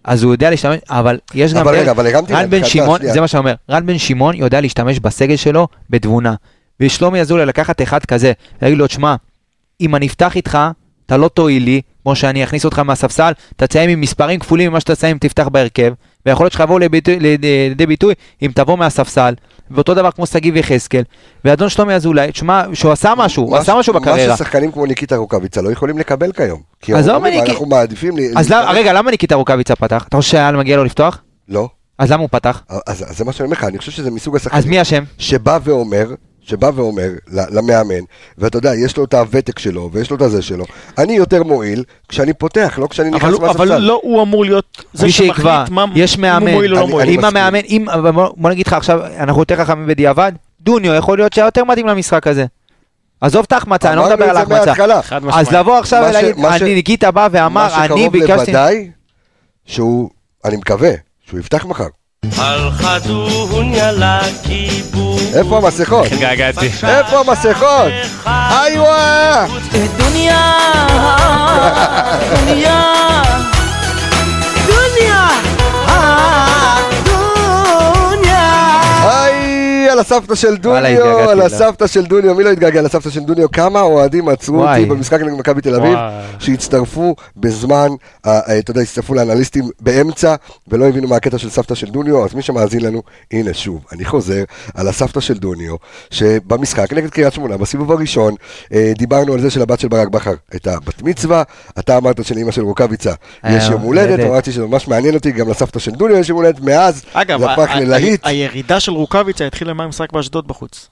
S2: אז הוא יודע להשתמש, אבל יש גם...
S1: אבל רגע,
S2: דרך-
S1: אבל הרמתי
S2: רן בן
S1: להנחתה,
S2: שמעון,
S1: שנייה.
S2: זה מה שאני אומר, רן בן שמעון יודע להשתמש בסגל שלו בתבונה. ושלומי אזולאי לקחת אחד כזה, להגיד לו, תשמע, אם אני אפתח איתך, אתה לא תועיל לי, כמו שאני אכניס אותך מהספסל, תציין עם מספרים כפולים ממה שתציין אם תפתח בהרכב, והיכולת שלך יבואו לביטוי- לידי לידי ביטוי אם תבוא מהספסל, ואותו דבר כמו שגיב יחזקאל, ואדון שלומי אזולאי, תשמע, שהוא עשה משהו, הוא עשה משהו
S1: מה
S2: בקריירה.
S1: ששחקנים כמו ניקיטה רוקאביצה לא יכולים לקבל כיום. כי
S2: עזוב,
S1: אומרים,
S2: אני-
S1: אנחנו מעדיפים... ל-
S2: אז לא, למה-
S1: להשתמש-
S2: רגע, למה ניקיטה רוקאביצה פתח? אתה חושב שהיה מגיע לו לפתוח?
S1: לא.
S2: אז למה הוא פתח?
S1: אז אז זה מה שאני אומר לך, אני חושב שזה מסוג השחקנים.
S2: אז מי אשם?
S1: שבא ואומר, שבא ואומר ל- למאמן, ואתה יודע, יש לו את הוותק שלו, ויש לו את הזה שלו, אני יותר מועיל כשאני פותח, לא כשאני נכנס
S7: אבל הוא-
S1: מהספסל.
S7: אבל לא הוא אמור להיות זה
S2: מי שיקבע,
S7: שמחליט מה,
S2: יש
S7: אם הוא
S2: מאמן,
S7: מועיל או לא
S1: אני-
S7: מועיל.
S2: אם
S1: מסכים.
S2: המאמן, אם, אבל בוא בוא נגיד לך עכשיו, אנחנו יותר חכמים בדיעבד, דוניו יכול להיות שהיה יותר מתאים למשחק הזה. עזוב את ההחמצה, אני לא
S1: אמרנו
S2: מדבר
S1: את
S2: על
S1: זה
S2: ההחמצה.
S1: מההתחלה.
S6: חד
S2: אז
S6: משמעית.
S2: לבוא עכשיו
S1: מה ש-
S2: ולהגיד,
S1: מה ש-
S2: אני ניקיטה בא
S1: מה
S2: ואמר, אני
S1: שקרוב
S2: ביקשתי...
S1: לוודאי, שהוא, אני מקווה, שהוא יפתח מחר. איפה המסכות?
S6: כן, התגעגעתי.
S1: איפה המסכות? איווה! היי, על הסבתא של
S2: וואלה,
S1: דוניו,
S2: התגעגעתי
S1: על
S2: לה.
S1: הסבתא של דוניו, מי לא התגעגע לסבתא של דוניו? כמה אוהדים עצרו
S2: וואי.
S1: אותי במשחק נגד מכבי תל אביב,
S6: וואי.
S1: שהצטרפו בזמן, אה, אה, אתה יודע, הצטרפו לאנליסטים באמצע, ולא הבינו מה הקטע של סבתא של דוניו, אז מי שמאזין לנו, הנה שוב, אני חוזר על הסבתא של דוניו, שבמשחק נגד קריית שמונה, בסיבוב הראשון, אה, דיברנו על זה שלבת של ברק בכר הייתה בת מצווה, אתה אמרת שלאימא של רוקאביצה
S2: אה,
S1: יש יום הולדת,
S2: הולדת.
S1: אמרתי שזה ממש מעניין אותי, גם לסבתא של דוניו יש יום הולדת, מאז
S7: אגב, אה,
S1: זה הפך
S7: ה- ה-
S1: ללהיט.
S7: ה- הירידה של רוקאביצה התחילה מהמשחק באשדוד בחוץ.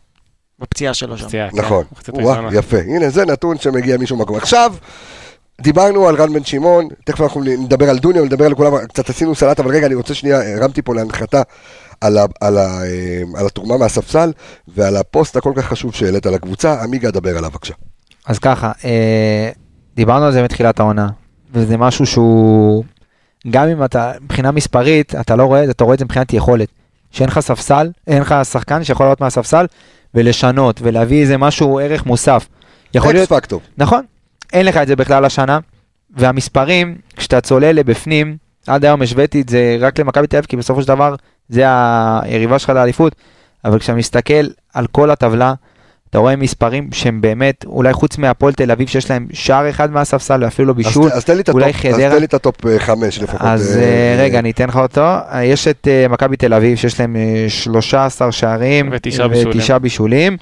S7: בפציעה שלו שם.
S6: פציעה, כן.
S1: נכון,
S6: מחצית
S1: וואה,
S6: ראשונה.
S1: יפה, הנה זה נתון שמגיע משום מקום. עכשיו, דיברנו על רן בן שמעון, תכף אנחנו נדבר על דוניו, נדבר על כולם, קצת עשינו סלט, אבל רגע, אני רוצה שנייה, הרמתי פה להנחתה על, ה, על, ה, אה, על התרומה מהספסל ועל הפוסט הכל כך חשוב שהעלית לקבוצה, עמיגה, דבר עליו בבקשה.
S2: אז ככה, אה, דיברנו על זה מתחילת העונה, וזה משהו שהוא, גם אם אתה, מבחינה מספרית, אתה לא רואה את זה, אתה רואה את זה מבחינת יכולת. שאין לך ספסל, אין לך שחקן שיכול לעלות מהספסל ולשנות, ולהביא איזה משהו, ערך מוסף. יכול
S1: אקס
S2: להיות,
S1: פקטור.
S2: נכון, אין לך את זה בכלל השנה, והמספרים, כשאתה צולל לבפנים, עד היום השוויתי את זה רק למכבי תל אביב, כי בסופו של דבר זה היריבה שלך לאליפות, אבל כשאתה מסתכל על כל הטבלה, אתה רואה מספרים שהם באמת, אולי חוץ מהפועל תל אביב, שיש להם שער אחד מהספסל ואפילו לא
S1: אז,
S2: בישול,
S1: ת- אז תן לי את
S2: אולי
S1: הטופ, אז
S2: חדרה.
S1: תן לי את הטופ אה, חמש לפחות.
S2: אז אה, רגע, אני אתן לך אותו. אה, יש את אה, מכבי תל אביב, שיש להם אה, 13 שערים
S6: ותשעה בישולים.
S2: ותשעה בישולים.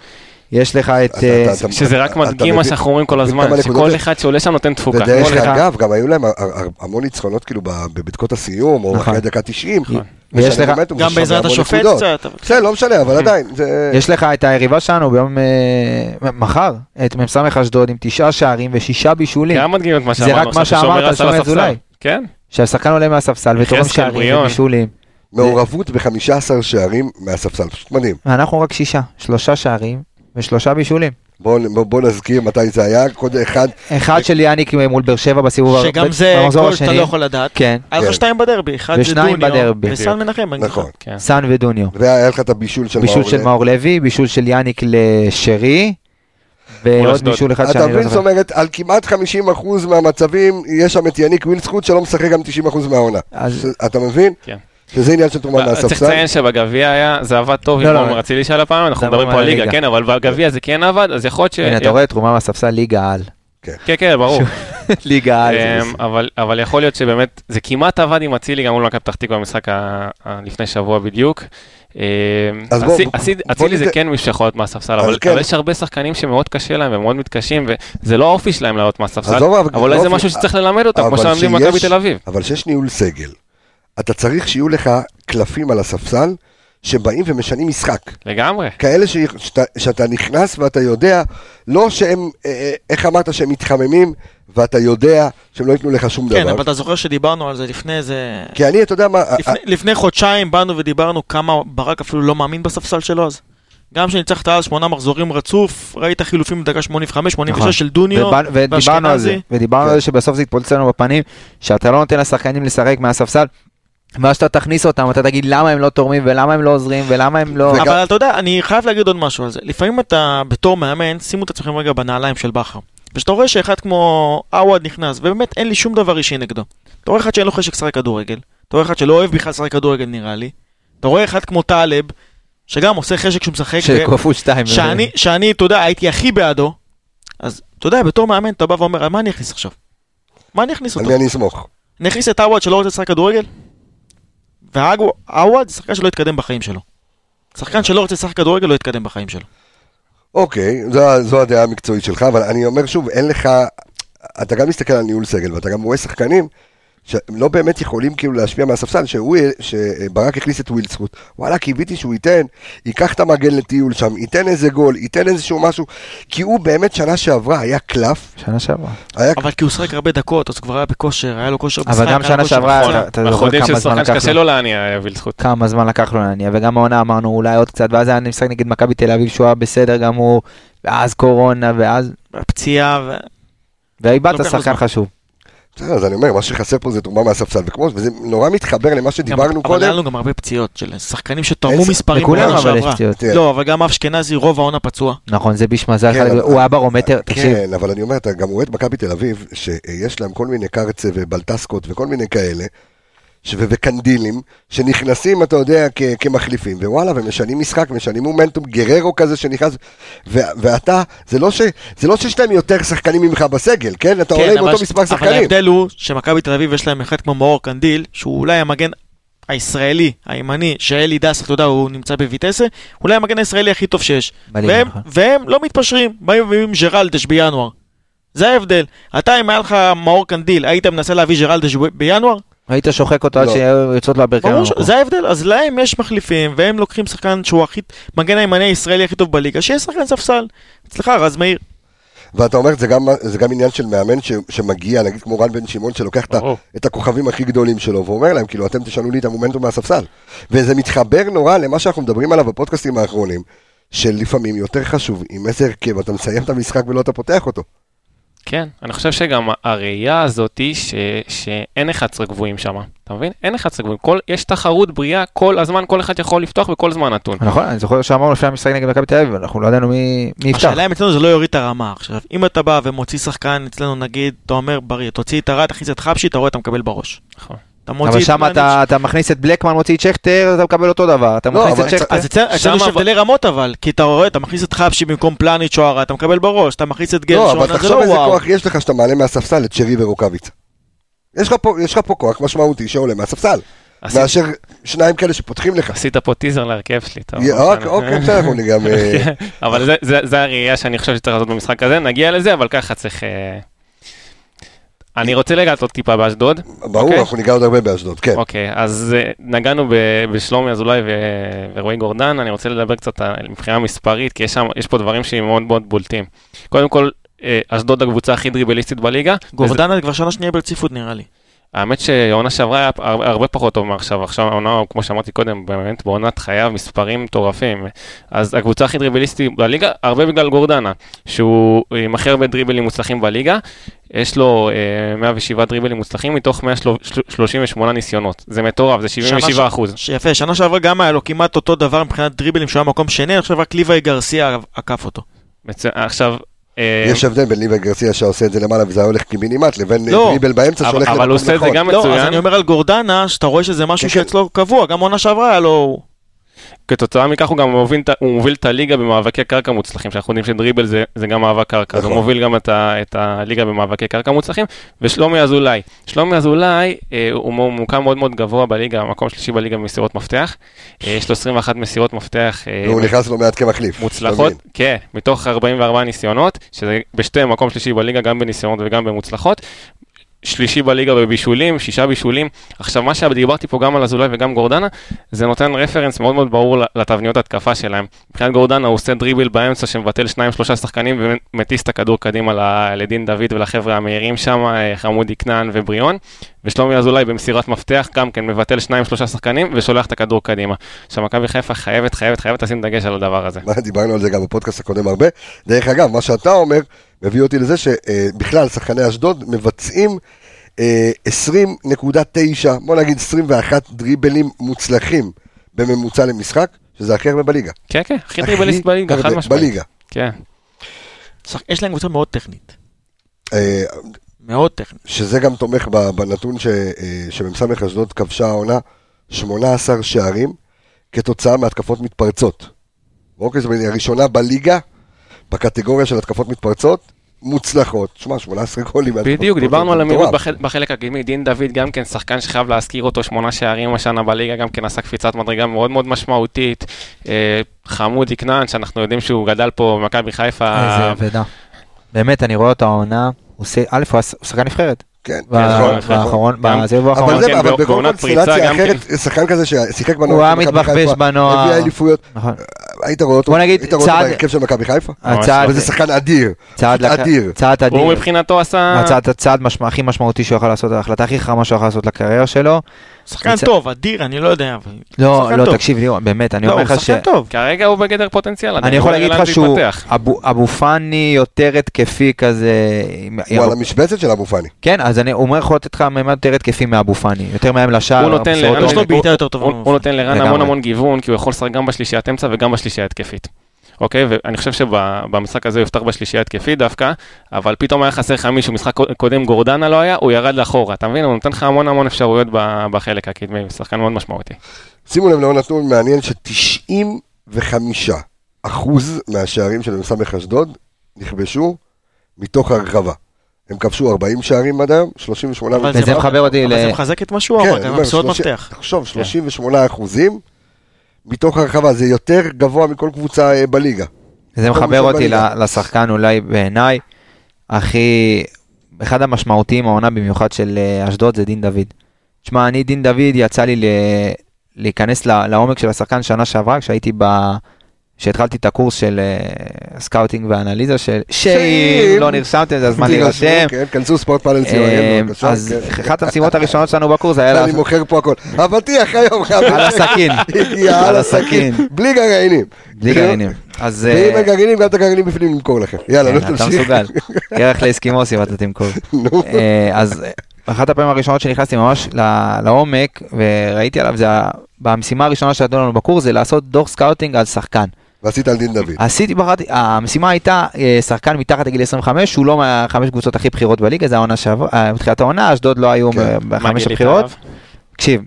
S2: יש לך את...
S1: אז אתה-
S2: אה,
S1: אתה-
S6: שזה רק
S1: אתה
S6: מדגים מה
S1: מבין-
S6: שאנחנו אומרים כל הזמן,
S1: כמה נקודות
S6: שכל
S1: זה?
S6: אחד שעולה שם נותן תפוקה.
S1: ודרך
S6: כל אחד.
S1: אגב, גם היו להם הר- הר- המון ניצחונות כאילו ב- בדקות הסיום, או
S2: נכון.
S1: אחרי הדקה 90.
S2: ויש
S1: ושזה
S2: לך-
S1: מומנטום, זה
S7: גם
S1: שווה
S7: בעזרת
S1: המון
S7: השופט
S1: נקודות.
S7: קצת, אבל-
S1: בסדר, לא משנה, אבל עדיין, זה...
S2: יש לך את היריבה שלנו ביום... אה, מחר, את מ"ס אשדוד עם תשעה שערים ושישה בישולים.
S6: גם מדגים את מה
S2: כן. זה
S6: שאמרנו.
S2: רק מה
S6: עכשיו,
S2: שאמרת,
S6: שומר רץ על
S2: שומר
S6: הספסל.
S2: אזולאי.
S6: כן,
S2: שהשחקן עולה מהספסל ותורם
S6: יחזקאל
S2: שערים
S6: בריאון.
S2: ובישולים.
S1: מעורבות ב-15 שערים מהספסל, פשוט מדהים.
S2: ואנחנו רק שישה, שלושה שערים ושלושה בישולים.
S1: בואו בוא, בוא נזכיר מתי זה היה, קודם אחד,
S2: אחד של יאניק מול באר שבע בסיבוב... הר-
S7: שגם
S2: ב-
S7: זה
S2: במחזור
S7: גול שאתה
S2: השני.
S7: לא יכול לדעת.
S2: כן,
S7: היה
S1: כן.
S7: לך שתיים בדרבי, אחד זה
S2: ושניים
S7: דוניו,
S2: בדרבי.
S7: וסל מנחם. אני
S1: נכון.
S7: זוכר.
S6: כן.
S2: סאן ודוניו.
S1: והיה לך את הבישול של
S2: בישול
S1: מאור
S2: של
S1: לב.
S2: מאור לוי, בישול של יאניק לשרי,
S6: מול
S2: ועוד
S6: אשדוד.
S2: בישול אחד
S1: אתה
S2: שאני לא
S1: מבין, זאת
S2: זוכר.
S1: אומרת, על כמעט 50% מהמצבים, יש שם את יניק ווילסקוט שלא משחק גם 90% מהעונה.
S2: אז-
S1: ש- אתה מבין?
S6: כן.
S1: שזה עניין של תרומה
S6: אה, צריך
S1: מהספסל.
S6: לציין שבגביע היה, זה עבד טוב
S2: לא,
S6: עם
S2: לא,
S6: עומר
S2: לא.
S6: אצילי שהיה לפעם, אנחנו
S2: זה
S6: מדברים
S2: עבר
S6: פה על ליגה,
S2: מהליגה.
S6: כן, אבל בגביע זה כן עבד, אז יכול להיות ש...
S2: הנה, אתה רואה תרומה מהספסל ליגה על.
S6: כן, כן, ברור.
S2: ליגה על.
S6: אמ, אבל- אבל יכול להיות שבאמת, זה כמעט עבד עם אצילי גם מול מכבי פתח תקווה במשחק ה- ה- לפני שבוע בדיוק. אמ,
S1: אז בוא-
S6: אצי-
S1: בוא-
S6: אצי-
S1: בוא
S6: אצילי זה
S1: ניתן-
S6: כן מישהו שיכול להיות מהספסל,
S1: אז
S6: אבל
S1: כן.
S6: אבל יש הרבה שחקנים שמאוד קשה להם ומאוד מתקשים, וזה לא האופי שלהם לעלות מהספסל,
S1: עזוב, אבל- לא-
S6: אבל אולי זה
S1: אופי-
S6: משהו שצריך ללמד אותם, כמו
S1: אבל
S6: שלמדים
S1: שיש-
S6: במכבי תל אביב.
S1: אבל שיש ניהול סגל, אתה צריך שיהיו לך קלפים על הספסל, שבאים ומשנים משחק.
S6: לגמרי.
S1: כאלה ש... שאתה, שאתה נכנס ואתה יודע, לא שהם, אה, אה, איך אמרת שהם מתחממים, ואתה יודע שהם לא ייתנו לך שום
S7: כן,
S1: דבר.
S7: אבל אתה זוכר שדיברנו על זה לפני איזה...
S1: כי אני, אתה יודע מה, אה,
S7: לפני- לפני חודשיים באנו ודיברנו כמה ברק אפילו לא מאמין בספסל שלו אז. גם כשניצחת אז שמונה מחזורים רצוף, ראית חילופים בדקה 85-86
S2: נכון.
S7: של דוניו,
S2: ובא- ודיברנו על זה,
S7: ואשכנזי.
S2: ודיברנו על זה שבסוף זה יתפוצץ לנו בפנים, שאתה לא נותן לשחקנים לשחק מהספסל, ואז שאתה תכניס אותם, אתה תגיד למה הם לא תורמים, ולמה הם לא עוזרים, ולמה הם לא...
S1: וגם-
S7: אבל אתה יודע, אני חייב להגיד עוד משהו על זה. לפעמים אתה, בתור מאמן, שימו את עצמכם רגע בנעליים של בכר. וכשאתה רואה שאחד כמו עווד נכנס, ובאמת אין לי שום דבר אישי נגדו. אתה רואה אחד שאין לו חשק לשחק כדורגל, אתה רואה אחד שלא אוהב בכלל לשחק כדורגל נראה לי, אתה רואה אחד כמו טלב, שגם עושה חשק כשהוא משחק, ו-
S2: שכפול שתיים.
S7: אה, שאני, שאני, אתה יודע, הייתי הכי בעדו, אז אתה יודע, בתור מאמן אתה בא ואומר, "על מה אני אכניס עכשיו? מה אני אכניס
S1: על
S7: אותו?
S1: מי אה, אני אסמוך?
S7: אני אכניס את עווד שלא רוצה לשחק כדורגל? ועווד זה שחקן שלא התקדם בחיים שלו. שחקן שלא רוצה לשחק כדורגל לא יתקדם בחיים שלו.
S1: אוקיי, זו, זו הדעה המקצועית שלך, אבל אני אומר שוב, אין לך, אתה גם מסתכל על ניהול סגל, ואתה גם רואה שחקנים שהם לא באמת יכולים כאילו להשפיע מהספסל, שהוא, שברק הכניס את ווילסקוט, וואלה, קיוויתי שהוא ייתן, ייקח את המגן לטיול שם, ייתן איזה גול, ייתן איזשהו משהו, כי הוא באמת שנה שעברה היה קלף,
S2: שנה שעברה.
S1: היה
S7: אבל כי הוא שחק הרבה דקות, אז כבר היה בכושר, היה לו כושר משחק.
S2: אבל גם
S7: היה לו
S2: שנה
S7: כושר
S2: שעברה,
S7: מבצע.
S2: אתה- אתה
S6: אנחנו
S2: זוכר
S6: יודעים
S2: כמה זמן
S6: ששחקן
S2: לקח
S6: שקשה
S2: לו?
S6: לו להניע וילצחוט.
S2: כמה זמן לקח לו להניע, וגם העונה אמרנו אולי עוד קצת, ואז היה משחק נגד מכבי תל אביב שהוא היה בסדר גמור, ואז קורונה, ואז...
S7: הפציעה, ו...
S2: ואיבדת
S7: לוקח לו
S2: שחקן
S7: זמן.
S2: חשוב.
S1: בסדר, אז אני אומר, מה שחסר פה זה תרומה מהספסל, וכמו, וזה נורא מתחבר למה
S7: גם-
S1: שדיברנו
S7: אבל היה
S1: קודם.
S7: לנו גם הרבה פציעות של שחקנים שתרמו
S1: אין-
S7: מספרים
S2: לכולם
S7: בעונה
S2: אבל יש
S7: שעברה.
S2: פציעות.
S1: תראה,
S7: לא, אבל גם אשכנזי רוב העונה פצוע.
S2: נכון, זה ביש מזל,
S1: כן,
S2: אחד-
S1: אבל-
S2: הוא היה ברומטר, תקשיב,
S1: כן, אבל אני אומר, אתה גם רואה את מכבי תל אביב, שיש להם כל מיני קרצה ובלטסקות וכל מיני כאלה, ש- ו- וקנדילים, שנכנסים, אתה יודע, כ- כמחליפים, ווואלה, ומשנים משחק, משנים מומנטום, גררו כזה שנכנס, ו- ואתה, זה לא ש- זה לא שיש להם יותר שחקנים ממך בסגל, כן? אתה עולה עם
S7: אבל
S1: אותו
S7: ש-
S1: מספר
S7: אבל
S1: שחקנים.
S7: ההבדל הוא שמכבי תל אביב יש להם אחד כמו מאור קנדיל, שהוא אולי המגן הישראלי, הימני, שאלי דסה, אתה יודע, הוא נמצא בויטסה, אולי המגן הישראלי הכי טוב שיש.
S2: בליגה,
S7: והם-
S2: נכון.
S7: והם לא מתפשרים, באים ומביאים ג'רלדש בינואר. זה ההבדל. אתה, אם היה לך מאור קנדיל, היית מנסה להביא ג'רלדש ב- בינואר?
S2: היית שוחק אותו עד
S1: לא.
S2: שיוצאות לו הברכיים.
S7: ברור ש...
S2: במקום.
S7: זה ההבדל. אז להם יש מחליפים, והם לוקחים שחקן שהוא הכי... מגן הימני הישראלי הכי טוב בליגה, שיהיה שחקן ספסל. אצלך, רז מאיר.
S1: ואתה אומר, זה גם- זה גם עניין של מאמן ש- שמגיע, נגיד כמו רן בן שמעון, שלוקח את ה-
S6: ברור.
S1: את הכוכבים הכי גדולים שלו, ואומר להם, כאילו, אתם תשנו לי את המומנטום מהספסל. וזה מתחבר נורא למה שאנחנו מדברים עליו בפודקאסטים האחרונים, שלפעמים יותר חשוב עם איזה הרכב אתה מסיים את המשחק ולא אתה פותח אותו.
S6: כן, אני חושב שגם הראייה הזאת היא ש... שאין 11 גבוהים שם, אתה מבין? אין 11 גבוהים, כל... יש תחרות בריאה כל הזמן, כל אחד יכול לפתוח בכל זמן נתון.
S2: נכון, אני זוכר שאמרנו לפני המשחק נגד מכבי תל אביב, אנחנו לא ידענו מי מי יפתח.
S7: השאלה אם אצלנו זה לא יוריד את הרמה. עכשיו, אם אתה בא ומוציא שחקן אצלנו, נגיד, אתה אומר, בריא, תוציא את הרד, תכניס את חבשי, אתה רואה, אתה מקבל בראש.
S6: נכון.
S7: אתה מוציא
S2: אבל
S7: את
S2: שם
S7: פלניץ'.
S2: אתה אתה מכניס את בלקמן, מוציא את שכטר, אתה מקבל אותו דבר. אתה
S1: לא,
S2: מכניס
S1: אבל
S2: את
S1: צ-
S2: שכטר.
S7: אז אצל- אצלנו יש
S6: שמה-
S7: הבדלי רמות אבל, כי אתה רואה, אתה מכניס את חבשי במקום פלניץ' או הרד, אתה מקבל בראש, אתה מכניס
S6: כן,
S7: את
S1: לא,
S7: גרשון,
S1: אבל
S7: אז זה
S1: תחשוב
S7: לא
S1: איזה
S7: וואו.
S1: כוח יש לך שאתה מעלה מהספסל את שרי ורוקאביץ. יש לך פה- יש לך פה כוח משמעותי שעולה מהספסל.
S6: עשית-
S1: מאשר שניים כאלה שפותחים לך.
S6: עשית פה טיזר להרכב שלי, טוב.
S1: יא,
S6: לא
S1: אוקיי,
S6: משנה. כן.
S1: אוקיי, בסדר, אנחנו גם... אה,
S6: אבל זה- זה- זה הראייה שאני חושב שצריך לעשות במשחק הזה, נגיע לזה, אבל ככה צריך... אה, אני רוצה לגעת עוד טיפה באשדוד.
S1: ברור,
S6: אוקיי.
S1: אנחנו ניגע עוד הרבה באשדוד, כן.
S6: אוקיי, אז אה, נגענו ב- בשלומי אזולאי ו- ורועי גורדן, אני רוצה לדבר קצת על- מבחינה מספרית, כי יש שם- יש פה דברים שהם מאוד מאוד בולטים. קודם כל, אה, אשדוד הקבוצה הכי דריבליסטית בליגה. וזה-
S7: גורדנה כבר שנה שנייה ברציפות נראה לי.
S6: האמת שהעונה שעברה היה הר- הרבה פחות טוב מעכשיו, עכשיו העונה, כמו שאמרתי קודם, באמת בעונת חייו מספרים מטורפים. אז הקבוצה הכי דריבליסטית בליגה, הרבה בגלל גורדנה, שהוא אה, עם הכי הרבה דריבלים מוצלחים בליגה, יש לו אה, 107 דריבלים מוצלחים מתוך 138 ניסיונות, זה מטורף, זה 77 אחוז.
S7: ש- יפה, שנה שעברה גם היה לו כמעט אותו דבר מבחינת דריבלים שהוא היה מקום שני, עכשיו רק ליוואי גרסיה עקף אותו.
S6: עכשיו... אה,
S1: יש הבדל בין ליבה גרסיה שעושה את זה למעלה וזה היה הולך קיבינימט, לבין
S7: לא,
S1: דריבל באמצע
S6: אבל
S1: שהולך
S6: אבל הוא
S1: למקום
S6: עושה את זה
S1: נכון.
S6: גם
S7: לא, אז אני
S6: מצוין,
S7: אומר על גורדנה, שאתה רואה שזה משהו
S1: כן, כן.
S7: שאצלו קבוע, גם עונה שעברה היה לו...
S6: כתוצאה מכך הוא גם מוביל, את ה- הוא מוביל את הליגה במאבקי קרקע מוצלחים, שאנחנו יודעים שדריבל זה, זה גם מאבק קרקע, אז הוא
S1: נכון.
S6: מוביל גם את, ה, את הליגה במאבקי קרקע מוצלחים, ושלומי אזולאי, שלומי אזולאי אה, הוא מו- ממוקם מאוד מאוד גבוה בליגה, מקום שלישי בליגה במסירות מפתח, אה, יש לו 21 מסירות מפתח. אה,
S1: והוא נכנס לו מעט כמחליף.
S6: מוצלחות,
S1: אתה מבין?
S6: כן, מתוך 44 ניסיונות, שזה בשתי מקום שלישי בליגה, גם בניסיונות וגם במוצלחות. שלישי בליגה בבישולים, שישה בישולים. עכשיו, מה שדיברתי פה גם על אזולאי וגם גורדנה, זה נותן רפרנס מאוד מאוד ברור לתבניות התקפה שלהם. מבחינת גורדנה הוא עושה דריבל באמצע שמבטל שניים שלושה שחקנים ומטיס את הכדור קדימה ל- לדין דוד ולחבר'ה המהירים שם, אה, חמודי כנען ובריאון. ושלומי אזולאי במסירת מפתח גם כן מבטל שניים שלושה שחקנים ושולח את הכדור קדימה. עכשיו, מכבי חיפה חייבת, חייבת, חייבת לשים דגש על הדבר הזה.
S1: מה, דיברנו על זה גם בפודקאסט הקודם הרבה. דרך אגב, מה שאתה אומר, מביא אותי לזה שבכלל שחקני אשדוד מבצעים אה, 20.9, בוא נגיד 21 דריבלים מוצלחים בממוצע למשחק, שזה הכי הרבה בליגה.
S6: כן, כן, הכי דריבליסט בליגה,
S1: הרבה
S6: חד משמעית.
S1: בליגה.
S6: כן.
S7: שח- יש להם קבוצה מאוד טכנית.
S1: אה,
S7: מאוד טכנית.
S1: שזה גם תומך ב- בנתון ש- אה, שמ"ס אשדוד כבשה העונה 18 שערים כתוצאה מהתקפות מתפרצות. אוקיי, זאת אומרת, היא הראשונה בליגה, בקטגוריה של התקפות מתפרצות, מוצלחות. שמע, 18 גולים. מהתקפות
S6: בדיוק, דיברנו
S1: מתפרצות,
S6: על
S1: זה
S6: המהירות
S1: מטורף.
S6: בחלק- בחלק הקדמי. דין דוד גם כן שחקן שחייב להזכיר אותו, שמונה שערים השנה בליגה, גם כן עשה קפיצת מדרגה מאוד מאוד משמעותית. אה, חמודי כנען, שאנחנו יודעים שהוא גדל פה במכבי חיפה.
S2: איזה אבדה. באמת, אני רואה אותו העונה, הוא עושה, א', הוא הש- הוא שחקן נבחרת.
S1: כן,
S2: ב-
S1: נכון,
S6: נכון.
S2: באחרון,
S6: גם-
S2: בסיבוב האחרון.
S1: אבל
S6: נכון,
S1: זה,
S6: כן,
S1: אבל
S6: בא-
S1: בכל
S6: בעונת
S1: קונסטלציה
S6: פריצה גם
S1: אחרת, שחקן כזה ששיחק בנוער,
S2: הוא היה
S1: של מכבי
S2: מתבחבש
S1: חיפה,
S2: בנוער.
S1: הביא אליפויות,
S2: נכון.
S1: היית רואה אותו,
S2: בוא נגיד,
S1: היית רואה אותו
S2: צעד-
S1: בהרכב של מכבי חיפה,
S2: הצעד,
S1: וזה שחקן אדיר,
S2: צעד, לק-
S1: אדיר.
S2: צעד אדיר.
S6: הוא מבחינתו עשה...
S2: הצעד, הצעד משמע, הכי משמעותי שהוא יכול לעשות, ההחלטה הכי חכמה שהוא יכול לעשות לקריירה שלו.
S7: שחקן
S2: מצ-
S7: טוב, אדיר, אני לא יודע, אבל...
S2: לא,
S7: שחקן
S2: לא,
S7: טוב.
S2: תקשיב, ליאור, באמת, אני
S7: לא,
S2: אומר
S7: הוא
S2: לך ש...
S7: שחקן טוב.
S6: כרגע הוא בגדר פוטנציאל.
S2: אני יכול להגיד לך
S6: לאן זה
S2: שהוא
S6: יתפתח.
S2: אבו- אבו פאני יותר התקפי כזה. עם-
S1: הוא על המשבצת של אבו פאני,
S2: כן, אז אני אומר, יכול לתת לך ממד יותר התקפי מאבו פאני, יותר מהם לשער.
S6: הוא נותן
S2: המסירות
S6: לרן-
S2: לא
S7: יש לו
S6: הוא-
S7: בעיטה יותר טובה.
S6: הוא הוא נותן לרן
S2: לגמרי.
S6: המון המון גיוון, כי הוא יכול לשחק גם בשלישיית אמצע וגם בשלישייה התקפית. אוקיי, ואני חושב שבמשחק הזה הוא יפתח בשלישייה התקפית דווקא, אבל פתאום היה חסר לך מישהו, משחק קודם גורדנה לא היה, הוא ירד לאחורה, אתה מבין? הוא נותן לך המון המון אפשרויות ב- בחלק הקדמי, הוא שחקן מאוד משמעותי.
S1: שימו לב לעוד נתון מעניין ש-95 אחוז מהשערים של מ"ס אשדוד נכבשו מתוך הרחבה, הם כבשו 40 שערים עד היום, 38
S7: אבל
S2: וזה מחבר אותי ל... לא,
S7: אבל זה מחזק את מה שהוא
S1: כן,
S7: אמר,
S1: אני
S7: גם
S1: אומר,
S7: המסירות
S1: שלושים-
S7: מפתח.
S2: כן.
S1: תחשוב, 38 אחוזים מתוך הרחבה, זה יותר גבוה מכל קבוצה אה, בליגה.
S2: זה
S1: מקום
S2: מחבר
S1: ראשון
S2: אותי
S1: בליגה.
S2: ל- לשחקן אולי בעיניי, הכי, אחד המשמעותיים העונה במיוחד של אה, אשדוד זה דין דוד. תשמע, אני דין דוד יצא לי ל- להיכנס ל- לעומק של השחקן שנה שעברה כשהייתי ב... כשהתחלתי את הקורס של אה, סקאוטינג ואנליזה של שאם
S1: שאם-
S2: לא נרשמתם זה הזמן
S1: תירשמו,
S2: להירשם.
S1: כן, כנסו ספורט פאנל
S2: אה,
S1: ציון. בבקשה,
S2: אז
S1: כן.
S2: אחת המשימות הראשונות שלנו בקורס היה
S1: אני
S2: לעשות-
S1: מוכר פה הכל. אבטיח היום,
S2: על הסכין.
S1: הגיע על הסכין. בלי גרעינים. כן.
S2: בלי גרעינים. אז... אה,
S1: ואם הגרעינים, גם את הגרעינים בפנים נמכור לכם. יאללה,
S2: כן,
S1: לא
S2: אתה
S1: תמשיך.
S2: מסוגל. ירח לאסקימוסים אתה תמכור. אה, אז אה, אחת הפעמים הראשונות שנכנסתי ממש ל- לעומק וראיתי עליו זה ה- במשימה הראשונה שנתנו לנו בקורס זה לעשות דוח סקאוטינג על שחקן.
S1: ועשית על דין דוד.
S2: עשיתי בחרתי, המשימה הייתה אה, שחקן מתחת לגיל 25 שהוא לא מהחמש קבוצות הכי בכירות בליגה זה העונה שעברה, אה, בתחילת העונה אשדוד לא היו
S1: כן.
S2: ב-
S6: מה
S2: בחמש
S6: גילית
S2: הבכירות.
S6: עליו?
S2: תקשיב,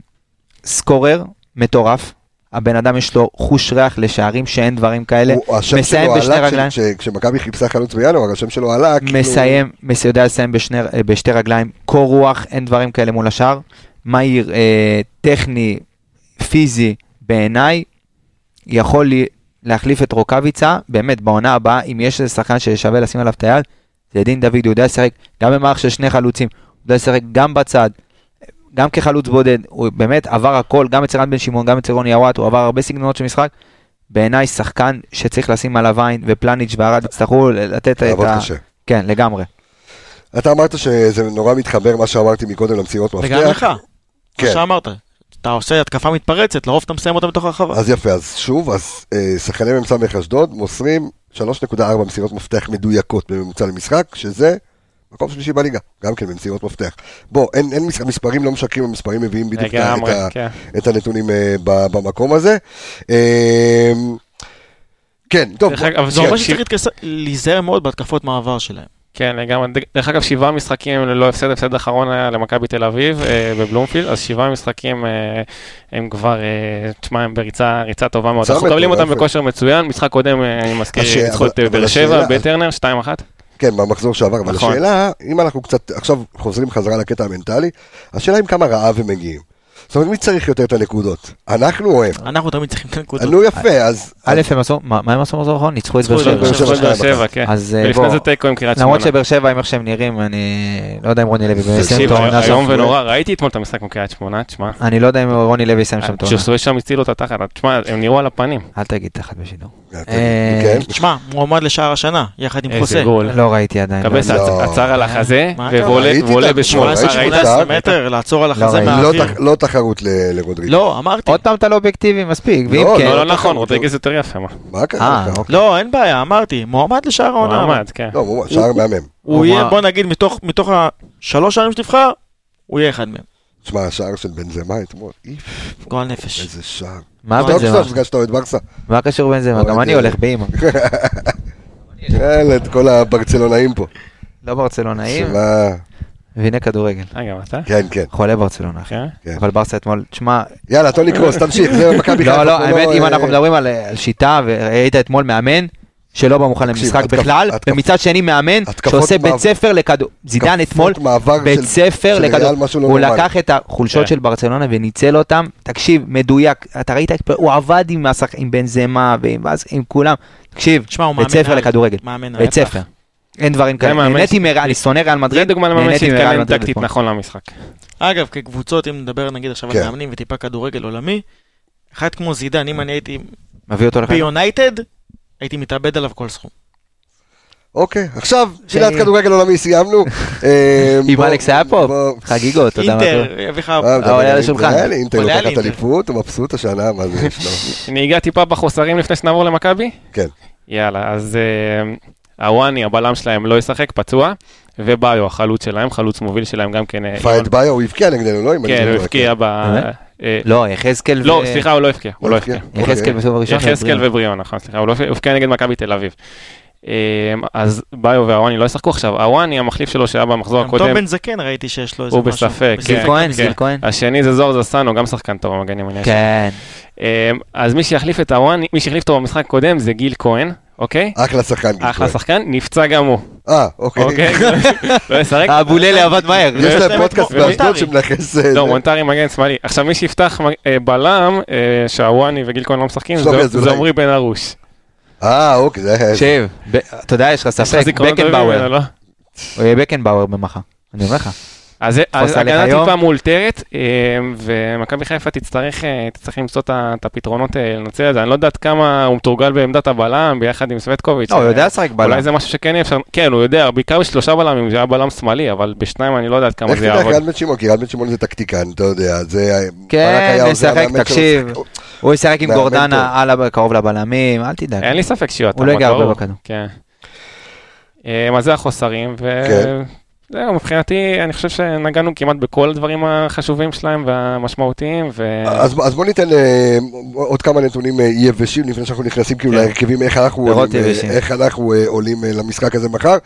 S2: סקורר מטורף, הבן אדם יש לו חוש ריח לשערים שאין דברים כאלה,
S1: הוא- השם
S2: אה, מסיים
S1: שלו
S2: בשתי
S1: עלה
S2: רגליים.
S1: כש- כשמכבי חיפשה חלוץ בינואר, השם שלו עלה. כאילו-
S2: אה, מסיים, מס- יודע לסיים בשני, בשתי רגליים, קור רוח, אין דברים כאלה מול השאר. מהיר, אה, טכני, פיזי, בעיניי, יכול לי להחליף את רוקאביצה, באמת, בעונה הבאה, אם יש איזה שחקן ששווה לשים עליו את היד, זה דין דוד, הוא יודע לשחק גם במערך של שני חלוצים, הוא יודע לשחק גם בצד, גם כחלוץ בודד, הוא באמת עבר הכל, גם אצל רן בן שמעון, גם אצל רוני אוואט, הוא עבר הרבה סגנונות של משחק. בעיניי שחקן שצריך לשים עליו עין, ופלניץ' וערד יצטרכו לתת את
S1: לעבוד
S2: ה...
S1: קשה.
S2: כן, לגמרי.
S1: אתה אמרת שזה נורא מתחבר מה שאמרתי מקודם למציאות מפתח.
S7: וגם לך,
S1: כן.
S7: מה שאמרת. אתה עושה התקפה מתפרצת, לרוב אתה מסיים אותה בתוך הרחבה.
S1: אז יפה, אז שוב, אז אה, שחקני מ"ס אשדוד מוסרים 3.4 מסירות מפתח מדויקות בממוצע למשחק, שזה מקום שלישי בליגה, גם כן במסירות מפתח. בוא, אין, אין משחק, מספרים לא משקרים, המספרים מביאים בדיוק את, ה- את,
S6: לגמרי,
S1: ה-
S6: כן.
S1: את הנתונים אה, ב- במקום הזה. אה, כן, טוב.
S6: דרך אגב,
S1: בוא,
S6: אבל
S7: זה
S1: כן,
S7: אומר
S6: ש-
S7: שצריך להתכס- להיזהר מאוד בהתקפות מעבר שלהם.
S6: כן, לגמרי. ד- דרך אגב, שבעה משחקים ללא הפסד, הפסד האחרון היה למכבי תל אביב אה, בבלומפילד, אז שבעה משחקים אה, הם כבר, אה, תשמע, הם בריצה ריצה טובה מאוד.
S1: ריצה
S6: אנחנו מקבלים אותם
S1: מטורפת.
S6: בכושר מצוין, משחק קודם, אה, אני מזכיר,
S1: השאלה-
S6: ניצחו את
S1: אבל-
S6: אה,
S1: אבל
S6: באר שבע,
S1: השאלה-
S6: בטרנר, 2-1.
S1: כן, במחזור שעבר, אבל
S6: נכון.
S1: השאלה, אם אנחנו קצת עכשיו חוזרים חזרה לקטע המנטלי, השאלה עם כמה רעב הם מגיעים. זאת אומרת, מי צריך יותר את הנקודות? אנחנו או הם?
S2: אה.
S7: אנחנו תמיד צריכים את הנקודות.
S1: נו יפה, אז...
S2: א', הם עשו, מה מה הם עשו במחזור האחרון? ניצחו את באר
S7: ניצחו את
S2: שבע.
S1: באר שבע.
S6: ניצחו את באר
S1: 2-1.
S6: שבע, כן.
S2: אז, אה,
S6: ולפני
S2: בוא.
S6: זה תיקו עם קריית שמונה.
S2: למרות שבאר שבע, עם איך שהם נראים, אני לא יודע אם רוני לוי באמת יסיים את
S6: תקשיב,
S2: העונה
S6: איום
S2: שם.
S6: ונורא, ראיתי אתמול את המשחק עם קריית שמונה, תשמע.
S2: אני לא יודע אם רוני לוי יסיים שם את העונה.
S6: כשסווה שם הצילו את התחת, תשמע, הם נראו על הפנים.
S2: אל תגיד תחת בשידור. אה,
S1: כן.
S7: תשמע, מועמד לשער השנה, יחד עם
S6: איזה
S7: חוסה.
S6: גול.
S2: לא ראיתי עדיין. לא
S6: קבס
S1: לא.
S6: עצ- עצר על החזה,
S7: מה אתה-
S6: ועולה
S1: ראיתי
S6: ועולה
S1: את ה-
S6: בשמאל.
S1: ראיתי
S6: ראית?
S1: את ה-
S7: 18 מטר, לעצור על החזה
S2: ראיתי.
S1: לא
S7: מהאוויר.
S1: תח- לא תחרות ל- לרודריגז.
S7: לא, אמרתי.
S2: עוד פעם אתה לא אובייקטיבי מספיק, ואם
S1: לא,
S2: כן...
S6: לא,
S1: לא
S6: לא נכון,
S1: תחרות.
S6: רודריגז יותר יפה, מה?
S1: מה קרה
S2: אה,
S1: לך?
S2: אוקיי.
S7: לא, אין בעיה, אמרתי. מועמד לשער העונה.
S6: מעמד, כן.
S1: לא, הוא- שער מהמם.
S7: הוא
S2: מה-
S7: יהיה, בוא נגיד, מתוך- מתוך השלוש שערים שתבחר, הוא יהיה אחד מהם.
S1: תשמע, השער של בנזמה אתמול, איף,
S7: גול נפש.
S1: איזה שער.
S2: מה
S1: אתה לא
S2: בנזמה?
S1: חושב בגלל שאתה אוהד ברסה?
S2: מה קשור בנזמה?
S1: אוהד,
S2: גם אני
S1: אה,
S2: הולך באימא.
S1: יאללה, כן, את כל הברצלונאים פה.
S2: לא ברצלונאים,
S1: שמע,
S2: והנה כדורגל.
S6: אה, גם אתה?
S1: כן, כן.
S2: חולה ברצלונה, אחי.
S6: כן.
S1: כן.
S2: אבל ברסה אתמול, תשמע,
S1: יאללה, טוני קרוס, תמשיך, זה מכבי חיפה.
S2: לא, לא,
S1: פה
S2: האמת, אם
S1: אה,
S2: אנחנו מדברים על על שיטה, וראית אתמול מאמן שלא בא מוכן
S1: תקשיב,
S2: למשחק
S1: התקפ-
S2: בכלל,
S1: התקפ-
S2: ומצד שני מאמן
S1: התקפות
S2: שעושה
S1: מעבר-
S2: בית ספר לכדור... זידן
S1: התקפות
S2: אתמול,
S1: מעבר
S2: בית
S1: של-
S2: ספר
S1: של
S2: לכדור...
S1: ריאל, משהו לא
S2: הוא
S1: נורמלי.
S2: לקח את החולשות
S6: כן.
S2: של ברצלונה וניצל אותם. תקשיב, מדויק, אתה ראית, את- הוא עבד עם השח- עם בנזמה ועם ואז- עם כולם. תקשיב,
S7: תשמע, הוא
S2: בית
S7: מאמן
S2: ספר
S7: על.
S2: לכדורגל.
S7: מאמן על.
S2: בית ספר. אין דברים כאלה.
S6: מאמן
S2: נהניתי
S6: ש-
S2: מריאל, אני שונא ריאל
S6: זה
S2: מדריד.
S6: דוגמה למאמן
S2: נהניתי מריאל
S6: שהתקדם
S2: מדריד
S6: טקטית
S2: אתמול.
S6: נכון למשחק.
S7: אגב, כקבוצות, אם נדבר נגיד עכשיו
S1: כן.
S7: על מאמנים וטיפה כדורגל עולמי, אחד כמו זידן,
S2: אה.
S7: אם אני הייתי
S2: מביא אותו לכאן.
S7: ביונייטד, הייתי מתאבד עליו כל סכום.
S1: אוקיי, עכשיו, פינת
S2: ש-
S1: כדורגל עולמי סיימנו. אה,
S2: אם
S1: בוא-
S2: כן. אלכס היה פה,
S1: בוא-
S2: חגיגות, אתה יודע מה זה.
S7: אינטר, יביא לך...
S1: אה, מדבר
S2: עולה על
S1: על
S2: השולחן.
S1: אינטר, אינטר
S7: עולה על
S1: לוקחת
S7: אינטר.
S1: אליפות, הוא מבסוט השנה, מה זה, יש לו-
S6: נהיגה טיפה בחוסרים לפני שנעבור למכבי?
S1: כן.
S6: יאללה, אז אה, הוואני, הבלם שלהם, לא ישחק, פצוע, וביו, החלוץ שלהם, חלוץ מוביל שלהם גם כן. אה,
S1: פייד ביו, הוא הבקיע נגדנו, לא? אם אני
S6: כן,
S1: לא
S6: הוא
S1: טועה.
S6: הבקיע ב...
S2: באמת?
S6: אה,
S2: לא, יחזקאל ו...
S6: לא, סליחה, הוא לא הבקיע, הוא לא
S1: הבקיע. אוקיי.
S6: הבקיע.
S2: יחזקאל בסיבוב הראשון.
S6: יחזקאל ובריאון, נכון, סליחה, הוא לא הופקע נגד מכבי תל אביב. אה, אז ביו והוואני לא ישחקו עכשיו, הוואני המחליף שלו שהיה במחזור
S7: גם תום
S6: לא, הקודם,
S7: בן זקן ראיתי שיש לו איזה
S6: הוא
S7: משהו.
S6: בספק,
S2: גיל
S6: כן,
S2: כהן,
S6: כן.
S2: גיל כהן.
S6: השני זה זוהר זסנו, גם שחקן טוב במגן ימני.
S2: כן.
S6: אה, אז מי שיחליף את הוואני, מי שהחליף אותו במשחק הקודם זה גיל כהן, אוקיי?
S1: אחלה שחקן. אה, גיל
S6: אחלה
S1: כהן.
S6: שחקן, נפצע גם הוא,
S1: אה, אוקיי.
S6: אוקיי? לא ישחק.
S2: הבוללה אה, עבד מהר.
S1: יש להם
S7: להם את
S1: פודקאסט
S7: מור-
S1: באשדוד
S7: מונטרי.
S1: שמנכס... אה,
S6: לא,
S1: זה.
S6: מונטרי מגן שמאלי. עכשיו מי שיפתח מג- אה, בלם, אה, שהוואני וגיל כהן לא משחקים,
S1: שלומי
S6: זה-
S1: אזולאי.
S6: זה עמרי בן ארוש.
S1: אה, אוקיי, זה היה...
S2: תקשיב, ב- אתה יודע, יש לך
S6: יש לך
S2: ספק,
S6: זיכרונות טובים ממנו,
S2: בקנבאואר.
S6: לא?
S2: הוא יהיה בקנבאואר במחר. אני אומר לך.
S6: אז זה-
S2: עליך
S6: אז הגנה
S2: היום.
S6: טיפה מאולתרת, אה, ומכבי חיפה תצטרך אה, תצטרך למצוא את ה- את הפתרונות אה, לנצל את זה. אני לא יודעת כמה הוא מתורגל בעמדת הבלם ביחד עם סווטקוביץ'.
S2: לא, הוא
S6: אה,
S2: יודע לשחק בלם.
S6: אולי זה משהו שכן יהיה אפשר, כן, הוא יודע, בעיקר בשלושה בלמים, זה היה בלם שמאלי, אבל בשניים אני לא יודעת כמה
S1: איך
S6: זה
S1: תדע
S6: יעבוד.
S1: ריאל בן שמעון? כי ריאל בן שמעון זה טקטיקן, אתה יודע, זה... ברק
S2: כן,
S1: היה עוזר
S2: נשחק,
S1: מאמן שלו,
S2: תקשיב.
S1: שחק-
S2: הוא ישחק עם
S1: מאמן
S2: גורדנה על הב- קרוב לבלמים, אל תדאג.
S6: אין לי ספק שיהיו
S2: הוא לא ייגע הרבה
S6: ברור.
S2: בכדור.
S6: כן. אמ, אז זה החוסרים, ו...
S1: כן.
S6: זהו, מבחינתי, אני חושב שנגענו כמעט בכל הדברים החשובים שלהם והמשמעותיים, ו...
S1: אז אז בוא ניתן אה, עוד כמה נתונים אה, יבשים לפני שאנחנו נכנסים כאילו
S6: כן.
S1: להרכבים, איך אנחנו
S2: פירות
S1: עולים, אה,
S2: יבשים.
S1: איך אנחנו אה, עולים אה, למשחק הזה מחר.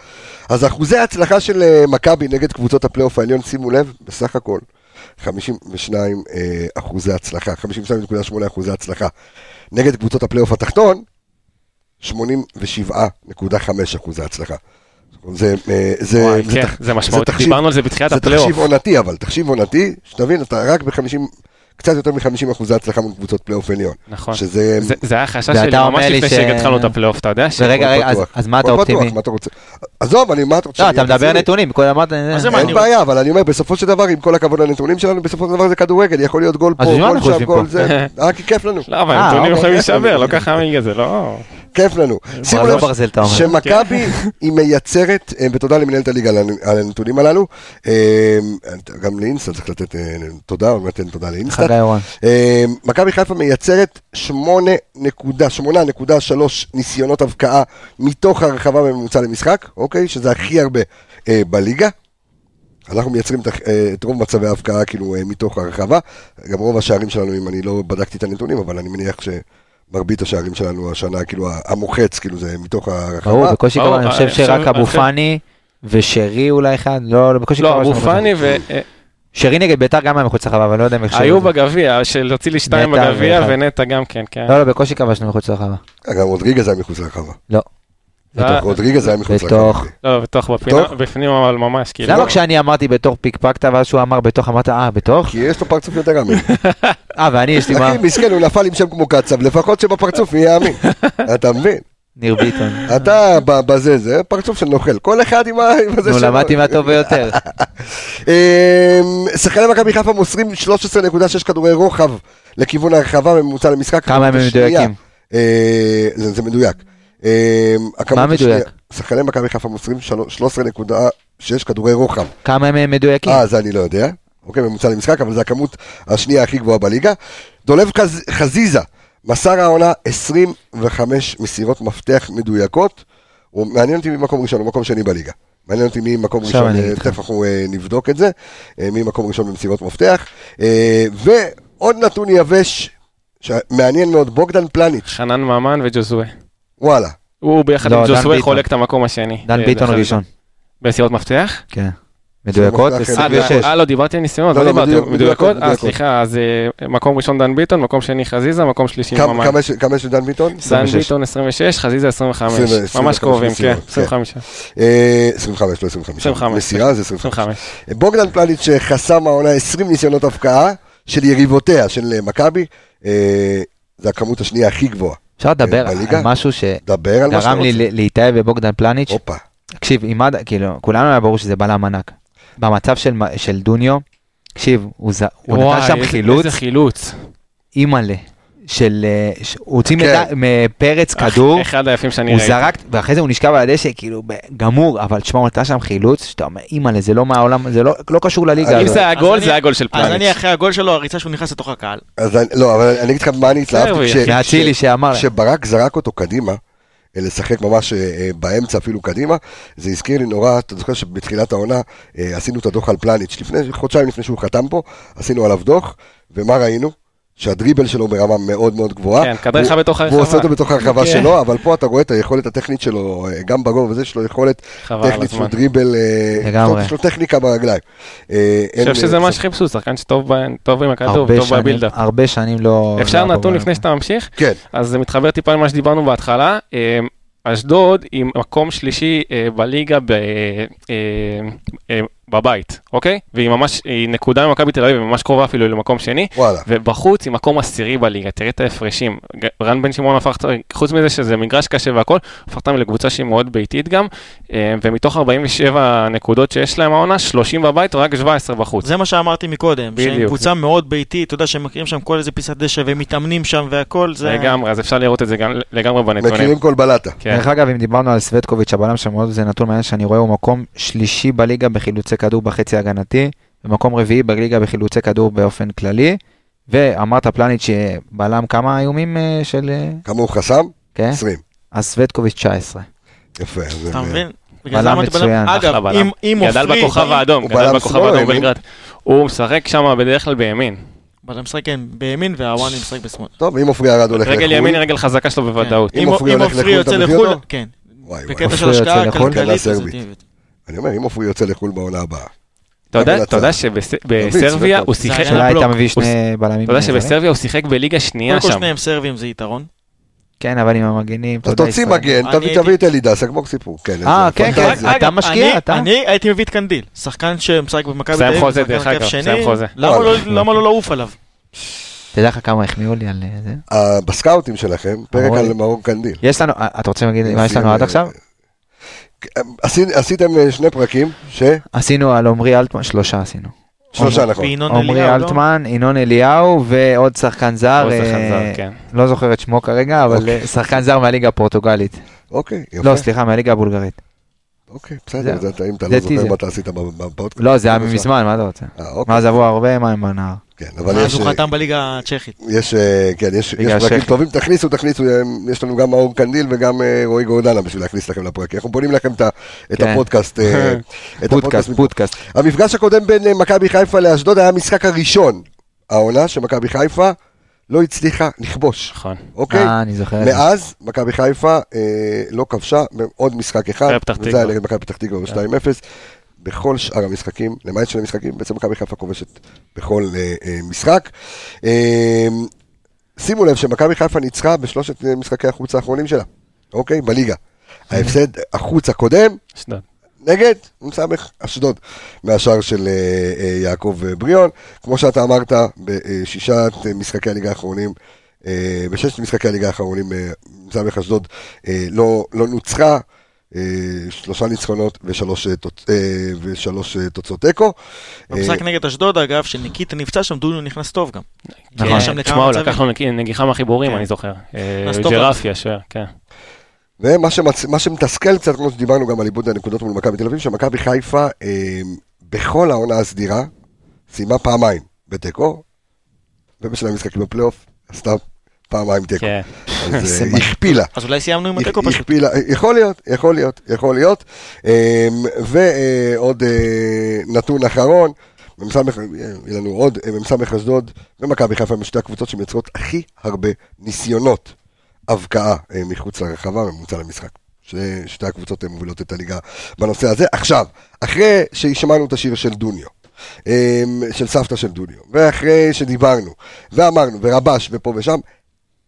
S1: אז אחוזי ההצלחה של אה, מכבי נגד קבוצות הפלייאוף העליון, שימו לב, בסך הכל 52 אה, אחוזי הצלחה, 52.8 אחוזי הצלחה. נגד קבוצות הפלייאוף התחתון, 87.5 אחוזי הצלחה. זה, אה, זה,
S6: וואי,
S1: זה,
S6: כן,
S1: תח-
S6: זה משמעותי,
S1: תחשיב-
S6: דיברנו על זה בתחילת
S1: זה תחשיב
S6: הפלייאוף.
S1: עונתי, אבל תחשיב עונתי, שתבין, אתה רק ב-50, קצת יותר מ-50 אחוזי הצלחה מול קבוצות פלייאוף עליון.
S6: נכון.
S1: שזה...
S6: זה- זה היה חשש
S2: ואתה
S6: שלי
S2: אומר
S6: ממש
S2: לי
S6: לפני
S2: ש-
S6: שהתחלנו את הפלייאוף, אתה יודע? ש-
S2: ורגע,
S1: מאוד
S2: רגע, אז-
S1: פתוח.
S2: אז מה אתה
S1: מאוד
S2: אופטימי?
S1: פתוח, מה אתה רוצה? עזוב, אני, מה אתה רוצה?
S2: לא,
S1: שאני
S2: אתה
S1: אהיה
S2: מדבר
S1: קיצוני?
S2: נתונים, כל אמרת...
S7: זה
S2: אה,
S7: מעניין?
S1: אין בעיה, אבל אני אומר, בסופו של דבר, עם כל הכבוד לנתונים שלנו, בסופו של דבר זה כדורגל, יכול להיות גול פה,
S2: אז בשביל מה
S1: גול
S2: אנחנו
S1: שם,
S2: יושבים
S1: גול
S2: פה?
S1: זה, אה, כי כיף לנו,
S6: לא, אבל
S2: אה,
S6: הנתונים
S2: אוקיי,
S6: יכולים
S1: יפה.
S6: להישבר, לא ככה מגיע זה, לא...
S1: כיף לנו. שימו
S2: לא
S1: לב
S2: ברזל, אתה אומר.
S1: שמכבי היא מייצרת, אה, ותודה למנהלת הליגה על הנ- על הנתונים הללו, אה, גם לאינסטה צריך לתת אה, תודה, עוד מעט תודה לאינסטה.
S2: חגי אורן.
S1: אה, מכבי חיפה מייצרת 8.3 ניסיונות הבקעה מתוך הרחבה בממוצע למשחק, אוקיי? שזה הכי הרבה אה, בליגה. אנחנו מייצרים את, ה- אה, את רוב מצבי ההבקעה כאילו אה, מתוך הרחבה. גם רוב השערים שלנו, אם אני לא בדקתי את הנתונים, אבל אני מניח שמרבית השערים שלנו השנה, כאילו ה- המוחץ, כאילו זה מתוך הרחבה.
S2: ברור, בקושי
S6: ברור,
S2: כבר, אני חושב
S6: אני חושב-
S2: שרק
S6: אני
S2: אבו
S6: חושב-
S2: פאני ושרי אולי אחד, לא, לא, בקושי כבר...
S6: אה, לא, אבו
S2: יש לנו אחד.
S6: פאני ו... אה,
S2: שרי נגד ביתר גם היה מחוץ לחווה, אבל לא יודע אם יחשבו.
S6: היו בגביע, שהוציא לי שתיים
S2: נטע
S6: בגביע
S2: ואחד.
S6: ונטע גם כן, כן.
S2: לא, לא, בקושי כבשנו מחוץ לחווה.
S1: גם רודריגז היה מחוץ לרחבה.
S2: לא.
S6: זה היה-
S1: בטח, רודריגז היה מחוץ
S2: בתוך.
S1: לרחבה.
S6: לא, בתוך בפינה,
S1: טוב.
S6: בפנים אבל ממש, כאילו.
S2: למה כשאני לא אמרתי בתוך פיקפקת, ואז שהוא אמר בתוך, אמרת, אה, בתוך?
S1: כי יש לו פרצוף יותר אמין.
S2: אה, ואני, יש לי מה?
S1: אחי, מסכן, הוא נפל עם שם כמו קצב, לפחות שבפרצוף יהיה אמין. אתה מבין?
S2: ניר ביטון.
S1: אתה ב- בזה, זה פרצוף של נוכל, כל אחד עם ה- עם הזה
S2: נו, למדתי מהטוב ביותר.
S1: אמ, שחקני מכבי חיפה מוסרים 13.6 כדורי רוחב לכיוון הרחבה בממוצע למשחק.
S2: כמה הם
S1: השנייה,
S2: מדויקים?
S1: אה, זה זה מדויק. אמ, הכמות
S2: מה מדויק?
S1: השנייה- שחקני מכבי חיפה מוסרים שלוש- 13.6 כדורי רוחב.
S2: כמה הם מדויקים?
S1: אה, זה אני לא יודע. אוקיי, ממוצע למשחק, אבל זו הכמות השנייה הכי גבוהה בליגה. דולב חז- חזיזה, מסר העונה 25 מסירות מפתח מדויקות. הוא מעניין אותי ממקום ראשון, הוא מקום שני בליגה. מעניין אותי מי מקום
S2: עכשיו
S1: ראשון,
S2: אני
S1: אה,
S2: איתך.
S1: תכף אנחנו אה, נבדוק את זה, אה, מי מקום ראשון במסירות מפתח. אה, ועוד נתון יבש, שמעניין מאוד, בוגדן פלניץ',
S6: חנן ממן וג'וזואה.
S1: וואלה.
S6: הוא ביחד
S2: לא,
S6: עם
S2: דן
S6: ג'וזואה
S2: ביטון.
S6: חולק את המקום השני.
S2: דן
S6: אה,
S2: ביטון
S6: בחלק.
S2: ראשון.
S6: בסירות מפתח?
S2: כן. מדויקות?
S1: מפתח,
S6: אה,
S2: 26.
S6: אה, לא, דיברתי על ניסיונות,
S1: כן, לא,
S6: לא
S1: לא,
S6: דיברתי.
S1: מדויק-
S6: מדויקות?
S1: מדויקות,
S6: אה,
S1: מדויקות.
S6: סליחה, אז אה, מקום ראשון דן ביטון, מקום שני חזיזה, מקום
S2: כן,
S6: שלישי
S1: כמה-
S6: ממן.
S1: כמה יש- כמה יש לדן ביטון?
S6: דן
S2: 26.
S6: ביטון 26, חזיזה 25.
S1: 25
S6: ממש קרובים, כן.
S1: מסירות, כן.
S6: 25.
S1: אה, 25, לא 25.
S6: 25.
S1: מסירה זה 25.
S6: 25.
S1: בוגדן פלניץ' אה, חסם העונה 20 ניסיונות הבקעה של יריבותיה של אה, מכבי, אה, זה הכמות השנייה הכי גבוהה.
S2: אפשר לדבר
S1: בליגה?
S2: על משהו שגרם
S1: דבר על מה שאתה רוצה.
S2: לי ל- להתאהב בבוגדן פלניץ'.
S1: הופה,
S2: תקשיב, עם עד... כאילו, כולנו היה ברור שזה בלם ענק. במצב של, מ- של דוניו, תקשיב, הוא, ז... הוא
S6: וואי,
S2: נתן שם
S6: איזה-
S2: חילוץ,
S6: איזה חילוץ.
S2: אימא'לה. של... אה, ש... הוא הוציא
S1: כן.
S2: מד- מפרץ כדור,
S6: אחד היפים שאני
S2: הוא
S6: ראיתי.
S2: זרק, ואחרי זה הוא נשכב על הדשא, כאילו, ב- גמור, אבל תשמע, הוא נתן שם חילוץ, שאתה אומר, אימא'לה, זה לא מהעולם, זה לא, לא קשור לליגה.
S6: אם
S2: הזאת."
S6: זה היה
S7: אז
S6: גול,
S7: אני-
S6: זה היה גול של
S7: אז אני
S6: פלניץ'.
S7: אחרי הגול שלו, הריצה שהוא נכנס לתוך הקהל.
S1: אז אני- לא, אבל אני אגיד לך מה אני התלהבתי,
S6: בסדר,
S1: כש-
S2: מאצילי
S1: כש-
S2: שאמר,
S1: כשברק זרק אותו קדימה. אה, לשחק ממש אה, אה, באמצע אפילו קדימה, זה הזכיר לי נורא, אתה זוכר שבתחילת העונה אה, עשינו את הדוח על פלניץ', לפני, חודשיים לפני שהוא חתם פה, עשינו עליו דוח, ומה ראינו? שהדריבל שלו ברמה מאוד מאוד גבוהה.
S6: כן, כדרך
S1: הוא-
S6: בתוך הרחבה.
S1: והוא עושה אותו בתוך הרחבה
S6: כן.
S1: שלו, אבל פה אתה רואה את היכולת הטכנית שלו, אה, גם בגובה וזה, יש לו יכולת
S6: חבל על
S1: טכנית
S6: הזמן.
S1: של דריבל, אה,
S2: לגמרי.
S1: יש לו- יש לו טכניקה ברגליים. אה,
S6: אני
S1: אין,
S6: חושב שזה
S1: אה,
S6: מה שחיפשו, שחקן שטוב ב- טוב עם הכדור,
S2: הרבה
S6: טוב
S2: שנים, אה,
S6: בבילדאפ.
S2: הרבה שנים לא...
S6: אפשר
S2: לא
S6: נתון
S2: עברו
S6: לפני
S2: עליו.
S6: שאתה ממשיך?
S1: כן,
S6: אז זה מתחבר טיפה למה שדיברנו בהתחלה. אמ, אשדוד עם מקום שלישי אה, בליגה ב- אה, אה, בבית, אוקיי? והיא ממש, היא נקודה ממכבי תל אביב, היא ממש קרובה אפילו למקום שני.
S1: וואלה.
S6: ובחוץ היא מקום עשירי בליגה, תראה את ההפרשים. ג- רן בן שמעון הפך, חוץ מזה שזה מגרש קשה והכל, הפך אותם לקבוצה שהיא מאוד ביתית גם, אה, ומתוך 47 נקודות שיש להם העונה, 30 בבית ורק 17 בחוץ.
S7: זה מה שאמרתי מקודם,
S6: בדיוק.
S7: שהם קבוצה מאוד ביתית, אתה יודע שהם מכירים שם כל איזה פיסת דשא והם מתאמנים שם והכל, זה...
S6: לגמרי, אז אפשר לראות את זה גם לגמרי בנתונים.
S1: מכירים כל בלטה.
S6: כן.
S2: דרך אגב, אם דיברנו על סווטקוביץ', הבלם שם מאוד, זה נתון מעניין שאני רואה, הוא מקום שלישי בליגה בחילוצי כדור בחצי הגנתי, ומקום רביעי בליגה בחילוצי כדור באופן כללי, ואמרת פלניץ' שבלם כמה איומים אה, של... אה,
S1: כמה הוא חסם?
S2: כן?
S1: 20.
S2: אז סווטקוביץ' 19.
S1: יפה. אז,
S7: אתה
S1: אה,
S7: מבין? בגלל זה
S2: בלם
S7: אמרתי בלם-
S2: מצוין,
S6: אחלה
S7: אגב,
S6: בלם.
S7: אם- אם
S6: גדל
S7: עופרי...
S6: בכוכב האדום,
S1: הוא
S6: גדל
S1: בלם
S6: בכוכב
S1: שמאל,
S6: האדום
S1: ימין.
S6: בלגרד. הוא משחק שם בדרך כלל בימין.
S7: בלם משחק כן, בימין והוואני משחק בשמאל.
S1: טוב, אם עופרי ארד הולך
S6: רגל ימין, רגל חזקה שלו בוודאות.
S1: אם עופרי
S7: אם
S1: הולך
S7: עופרי
S1: לחו"ל, אתה
S7: יוצא
S1: מביא
S7: לחו"ל,
S1: אותו?
S7: כן.
S1: וואי וואי.
S7: בקטע של
S2: עופרי יוצא
S7: השקעה
S2: לחו"ל?
S1: כלכלה
S7: כלכלית.
S1: סרבית.
S7: פוזיטיבית.
S1: אני אומר, אם עופרי יוצא לחו"ל בעונה הבאה.
S6: אתה יודע-
S1: אבל
S6: אתה יודע שבסרביה
S1: סבבה.
S6: הוא
S7: זה
S6: שיחק...
S7: היה
S2: שאלה לא הייתה
S7: בלוק.
S2: מביא שני
S6: הוא-
S2: בלמים.
S6: אתה יודע
S2: זרים?
S6: שבסרביה הוא שיחק בליגה שנייה
S7: קודם כל
S6: שם.
S7: שניהם סרבים זה יתרון.
S2: כן, אבל עם המגנים, אתה
S1: אז
S2: יודע,
S1: תוציא
S2: ישראל.
S1: מגן,
S7: אני
S1: תביא
S7: הייתי-
S1: תביא את אלידס, גמור סיפור. כן,
S2: אה,
S1: איזה
S2: כן,
S1: פנטזיה.
S2: כן, אתה משקיע,
S7: אני-
S2: אתה.
S7: אני הייתי מביא את קנדיל, שחקן שמשחק במכבי
S6: סיים
S7: תל אביב,
S6: חוזה,
S7: שחקן
S6: דרך
S7: כנף
S6: אגב,
S7: שני.
S6: סיים חוזה.
S7: למה לא- למה לא לעוף עליו?
S2: תדע לך כמה החמיאו לי על אה, זה.
S1: אה, בסקאוטים שלכם, פרק
S2: אוי.
S1: על מאור קנדיל. אה,
S2: יש לנו, אה, אתה רוצה להגיד מה יש לנו עד עכשיו?
S1: עשי- עשיתם אה, שני פרקים, ש...
S2: עשינו על עמרי אלטמן, שלושה עשינו.
S1: שלושה נכון.
S7: וינון
S2: עמרי
S7: אליהו, לא?
S2: אלטמן, ינון אליהו ועוד שחקן זר,
S6: עוד שחקן
S2: אה,
S6: זר, כן.
S2: לא זוכר את שמו כרגע, אבל
S1: אוקיי.
S2: אה, שחקן זר מהליגה הפורטוגלית.
S1: אוקיי, יפה.
S2: לא, סליחה, מהליגה הבולגרית.
S1: אוקיי, בסדר,
S2: זה-
S1: זה אתה- אם אתה
S2: זה
S1: לא זוכר
S2: טיזר.
S1: מה אתה עשית ב- בפודקאסט.
S2: לא, זה היה
S1: בבקשה.
S2: מזמן, מה אתה רוצה?
S1: אה, אוקיי.
S2: מאז עברו הרבה מים בנהר.
S1: כן, אבל
S7: אז
S1: יש...
S7: הוא חתם בליגה הצ'כית.
S1: יש, אה, כן, יש, יש
S2: בגלל
S1: פרקים
S2: שכם.
S1: טובים, תכניסו, תכניסו, אה, יש לנו גם מאור קנדיל וגם אה, רועי גורדנה בשביל להכניס לכם לפרק. אנחנו בונים לכם את, ה- את
S2: כן.
S1: הפודקאסט. אה, את הפודקאסט.
S2: פודקאסט, פודקאסט.
S1: המפגש הקודם בין אה, מכבי חיפה לאשדוד היה המשחק הראשון, העונה שמכבי חיפה לא הצליחה לכבוש,
S6: נכון.
S1: אוקיי?
S2: אה, אני זוכר. את זה.
S1: מאז מכבי חיפה אה, לא כבשה עוד משחק אחד,
S6: היה פתח
S1: וזה היה
S6: תקווה. כן.
S1: נגד מכבי פתח תקווה ב- 2-0. בכל שאר המשחקים, למעט שני משחקים, בעצם מכבי חיפה כובשת בכל אה, אה, משחק. אה, שימו לב שמכבי חיפה ניצחה בשלושת אה, משחקי החוץ האחרונים שלה, אוקיי? בליגה. ההפסד החוץ הקודם,
S6: אשדוד.
S1: נגד מ"ס אשדוד, מהשער של אה, אה, יעקב אה, בריאון. כמו שאתה אמרת, בשישת אה, משחקי הליגה האחרונים, אה, בששת משחקי הליגה האחרונים, אה, מ"ס אשדוד אה, לא, לא נוצחה. אה, שלושה ניצחונות ושלוש, אה, תוצ... אה, ושלוש אה, תוצאות תיקו.
S7: במשחק
S1: אה,
S7: נגד אשדוד, אגב, שניקיטה נפצע שם, דוניו נכנס טוב גם.
S6: כן,
S7: היה שם
S6: תשמע,
S7: לכמה
S6: הוא
S7: מצבים.
S6: לקח לו נג- נגיחה מהחיבורים,
S7: כן.
S6: אני זוכר. אה,
S7: נכנס טוב
S6: ג'רפי, השוער, כן.
S1: ומה שמצ... מה שמתסכל קצת, כמו שדיברנו גם על עיבוד הנקודות מול מכבי תל אביב, שמכבי חיפה אה, בכל העונה הסדירה סיימה פעמיים בתיקו, ובשני המשחקים בפלייאוף עשתה פעמיים תיקו.
S6: כן.
S1: אז
S2: זה
S1: אה,
S2: מה-
S1: הכפילה.
S7: אז אולי סיימנו
S1: אה,
S7: עם התיקו פשוט.
S1: הכפילה, יכול להיות, יכול להיות, יכול להיות. אמ, ועוד אה, נתון אחרון, מ"ס, אה, יהיה לנו עוד, אה, מ"ס אשדוד ומכבי חיפה הם שתי הקבוצות שמייצרות הכי הרבה ניסיונות הבקעה אה, מחוץ לרחבה ממוצע למשחק. ש- שתי הקבוצות הן מובילות את הליגה בנושא הזה. עכשיו, אחרי ששמענו את השיר של דוניו, אה, של סבתא של דוניו, ואחרי שדיברנו, ואמרנו, ורבש, ופה ושם,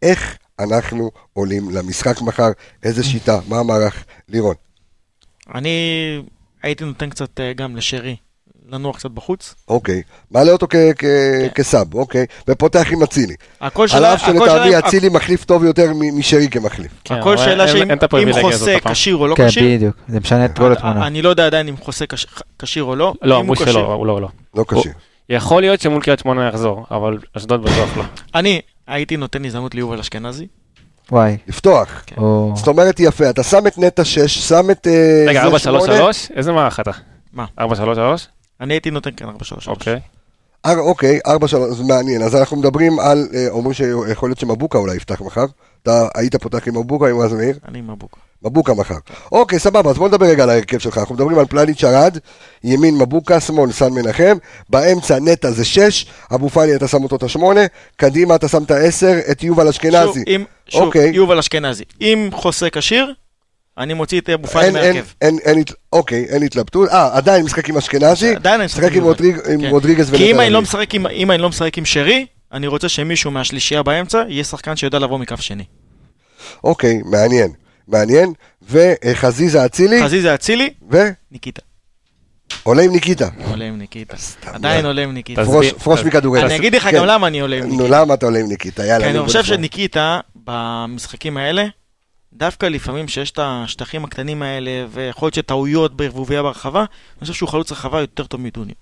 S1: איך אנחנו עולים למשחק מחר, איזה שיטה, מה המערך, לירון.
S7: אני הייתי נותן קצת אה, גם לשרי לנוח קצת בחוץ.
S1: אוקיי, מעלה אותו כ- כ- כסאב, אוקיי, ופותח עם אצילי.
S7: הכל
S1: על
S7: שאלה,
S1: אף
S7: הכל
S1: שלטעמי
S7: שאלה,
S1: אצילי מחליף טוב יותר מ- משרי כמחליף.
S6: כן,
S7: הכל
S6: אבל
S7: שאלה
S6: אין-
S7: שאם
S6: אין את
S7: אם
S6: הפריבילגיה הזאת
S7: חוסה
S6: הפעם.
S7: כשיר או לא
S2: כן,
S7: כשיר.
S2: בדיוק. זה משנה את כל התמונה.
S7: אני לא יודע עדיין אם חוסה כש- כשיר או לא.
S6: לא,
S7: אם
S6: אמרו
S7: הוא כשיר-
S6: שלא, הוא לא, הוא לא.
S1: לא קשה.
S6: יכול להיות שמול קריית שמונה יחזור, אבל אשדוד בטוח לא.
S7: אני הייתי נותן הזדמנות ליובל אשכנזי.
S2: וואי.
S1: לפתוח.
S2: או-
S1: זאת אומרת יפה, אתה שם את נטע 6, שם את... אה,
S6: רגע,
S1: זה
S6: 4-3-3? איזה מערך אתה?
S7: מה?
S6: 4-3-3?
S7: אני הייתי נותן כן, כאן 4-3.
S6: אוקיי.
S1: אר- אוקיי, 4 3 זה מעניין. אז אנחנו מדברים על, אה, אומרים שיכול להיות שמבוקה אולי יפתח מחר. אתה היית פותח עם מבוקה, עם רז מאיר?
S7: אני עם מבוקה.
S1: מבוקה מחר. אוקיי, סבבה, אז בוא נדבר רגע על ההרכב שלך. אנחנו מדברים על פלניץ' ארד, ימין מבוקה, שמאל סן מנחם, באמצע נטע זה 6, אבו פאני אתה שם אותו את השמונה, קדימה אתה שם את ה-10, את יובל
S7: שוב,
S1: אשכנזי.
S7: אם- שוב,
S1: אוקיי.
S7: יובל אשכנזי. אם חוסה כשיר, אני מוציא את אבו פאני
S1: אין, אין,
S7: מהרכב.
S1: אין, אין, הת- אוקיי, אין התלבטות. אה, עדיין משחק עם אשכנזי,
S7: עדיין אני משחק
S1: משחק עם
S7: יובל.
S1: רודריג- עם
S7: כן.
S1: רודריגז
S7: כי אם אני
S1: אביב.
S7: לא משחק עם- אם אני לא משחק עם שרי, אני רוצה שמישהו מהשלישייה באמצע יהיה שחקן שיודע לבוא מקו שני.
S1: אוקיי, מעניין, מעניין. וחזיזה אצילי,
S7: חזיזה אצילי, ניקיטה.
S1: ועולה עם ניקיטה.
S7: עולה עם ניקיטה. עדיין עולה עם ניקיטה.
S6: אז
S1: פרוש-
S6: ב-
S1: פרוש
S6: אז-
S1: מכדורגל.
S7: אני אגיד לך
S1: כן.
S7: גם למה אני עולה עם ניקיטה.
S1: נו, למה אתה עולה עם ניקיטה? יאללה.
S7: כי כן, אני
S1: בוא
S7: חושב
S1: נשמע.
S7: שניקיטה, במשחקים האלה, דווקא לפעמים שיש את השטחים הקטנים האלה, ויכול להיות שטעויות בערבוביה ברחבה, אני חושב שהוא חלוץ רחבה יותר טוב מדוניו.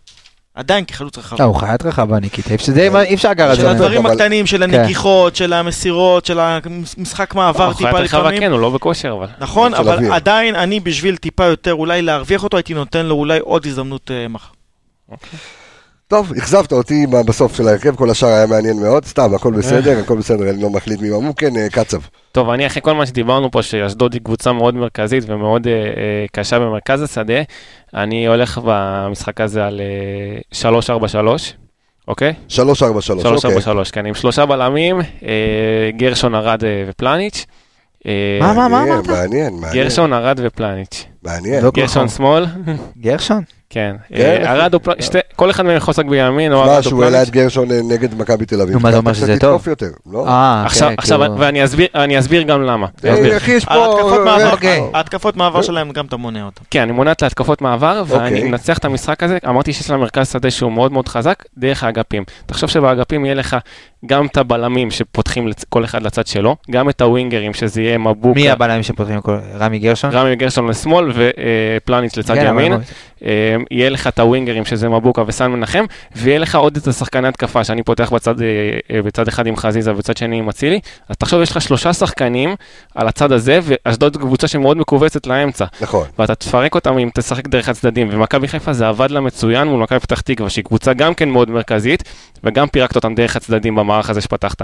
S7: עדיין כחלוץ
S2: אה,
S7: רחבה.
S2: הוא חיית רחבה, ניקיטה. שזה-
S6: אוקיי.
S2: אי אפשר לגעת
S7: של
S1: זה
S2: בזה.
S7: הדברים
S1: לא, אבל- כן.
S7: הקטנים, של הנגיחות, של המסירות, של המשחק מעבר טיפה
S6: חיית רחבה
S7: לפעמים.
S6: כן, הוא לא בכושר, אבל.
S7: נכון,
S1: של אביב.
S7: אבל עדיין אני בשביל טיפה יותר אולי להרוויח אותו, הייתי נותן לו אולי עוד הזדמנות אה, מחר.
S1: טוב, אכזבת אותי ב- בסוף של ההרכב, כל השאר היה מעניין מאוד, סתם, הכל בסדר, הכל בסדר, אני לא מחליט מי מאמור, כן, אה, קצב.
S6: טוב, אני אחרי כל מה שדיברנו פה, שאשדוד היא קבוצה מאוד מרכזית ומאוד אה, אה, קשה במרכז השדה, אני הולך במשחק הזה על אה, 3-4-3, אוקיי?
S1: 3-4-3,
S6: 3
S1: אוקיי.
S6: 4 3 כן, עם שלושה בלמים, אה, גרשון ארד אה, ופלניץ'. אה,
S2: מה, מה, מה
S1: מעניין,
S2: אמרת?
S1: מעניין, מעניין. לא
S6: גרשון ארד ופלניץ'.
S1: מעניין.
S2: דוק.
S6: גרשון שמאל?
S2: גרשון?
S6: כן.
S1: כן.
S6: אה, ארד או פל- שתי- כל אחד מהם יכול לשחק בימין,
S1: מה,
S6: או ארד או
S1: שהוא העלה
S6: פלניץ'.
S1: את גרשון אה, נגד מכבי תל אביב.
S2: נו, מה זה אומר
S1: קצת
S2: שזה
S1: לתקוף
S2: טוב?
S1: יותר, לא?
S2: אה,
S6: אוקיי.
S2: אוקיי.
S6: עכשיו,
S2: כן,
S6: עכשיו,
S2: כאילו-
S6: ואני אסביר- אני אסביר גם למה. אני אסביר.
S1: אה, אחי, יש
S7: ההתקפות
S1: פה...
S7: מעבר-
S1: אוקיי.
S7: ההתקפות מעבר שלהם גם אתה מונע אותם.
S6: כן, אני מונעת להתקפות מעבר, ואני
S1: אוקיי.
S6: מנצח את המשחק הזה. אמרתי שיש לה מרכז שדה שהוא מאוד מאוד חזק, דרך האגפים. תחשוב שבאגפים יהיה לך גם את הבלמים שפותחים לצ- כל אחד לצד שלו, גם את הווינגרים, שזה יהיה מבוקה,
S2: מי הבלמים שפותחים הכל? רמי גרשון?
S6: רמי גרשון לשמאל ופלניץ' לצד
S2: כן, אבל
S6: ימין.
S2: הוא-
S6: אה, יהיה לך את הווינגרים, שזה מבוקה וסן מנחם, ויהיה לך עוד את השחקני התקפה, שאני פותח בצד, אה, אה, בצד אחד עם חזיזה ובצד שני עם אצילי. אז תחשוב, יש לך שלושה שחקנים על הצד הזה, ואשדוד זו קבוצה שמאוד מכווצת לאמצע.
S1: נכון.
S6: ואתה תפרק אותם אם תשחק דרך הצדדים. ומכבי חיפה זה עבד לה מצוין מול מכבי פתח תקווה, שהיא קבוצה גם כן מאוד מרכזית, וגם פירקת אותם דרך הצדדים במערך הזה שפתחת.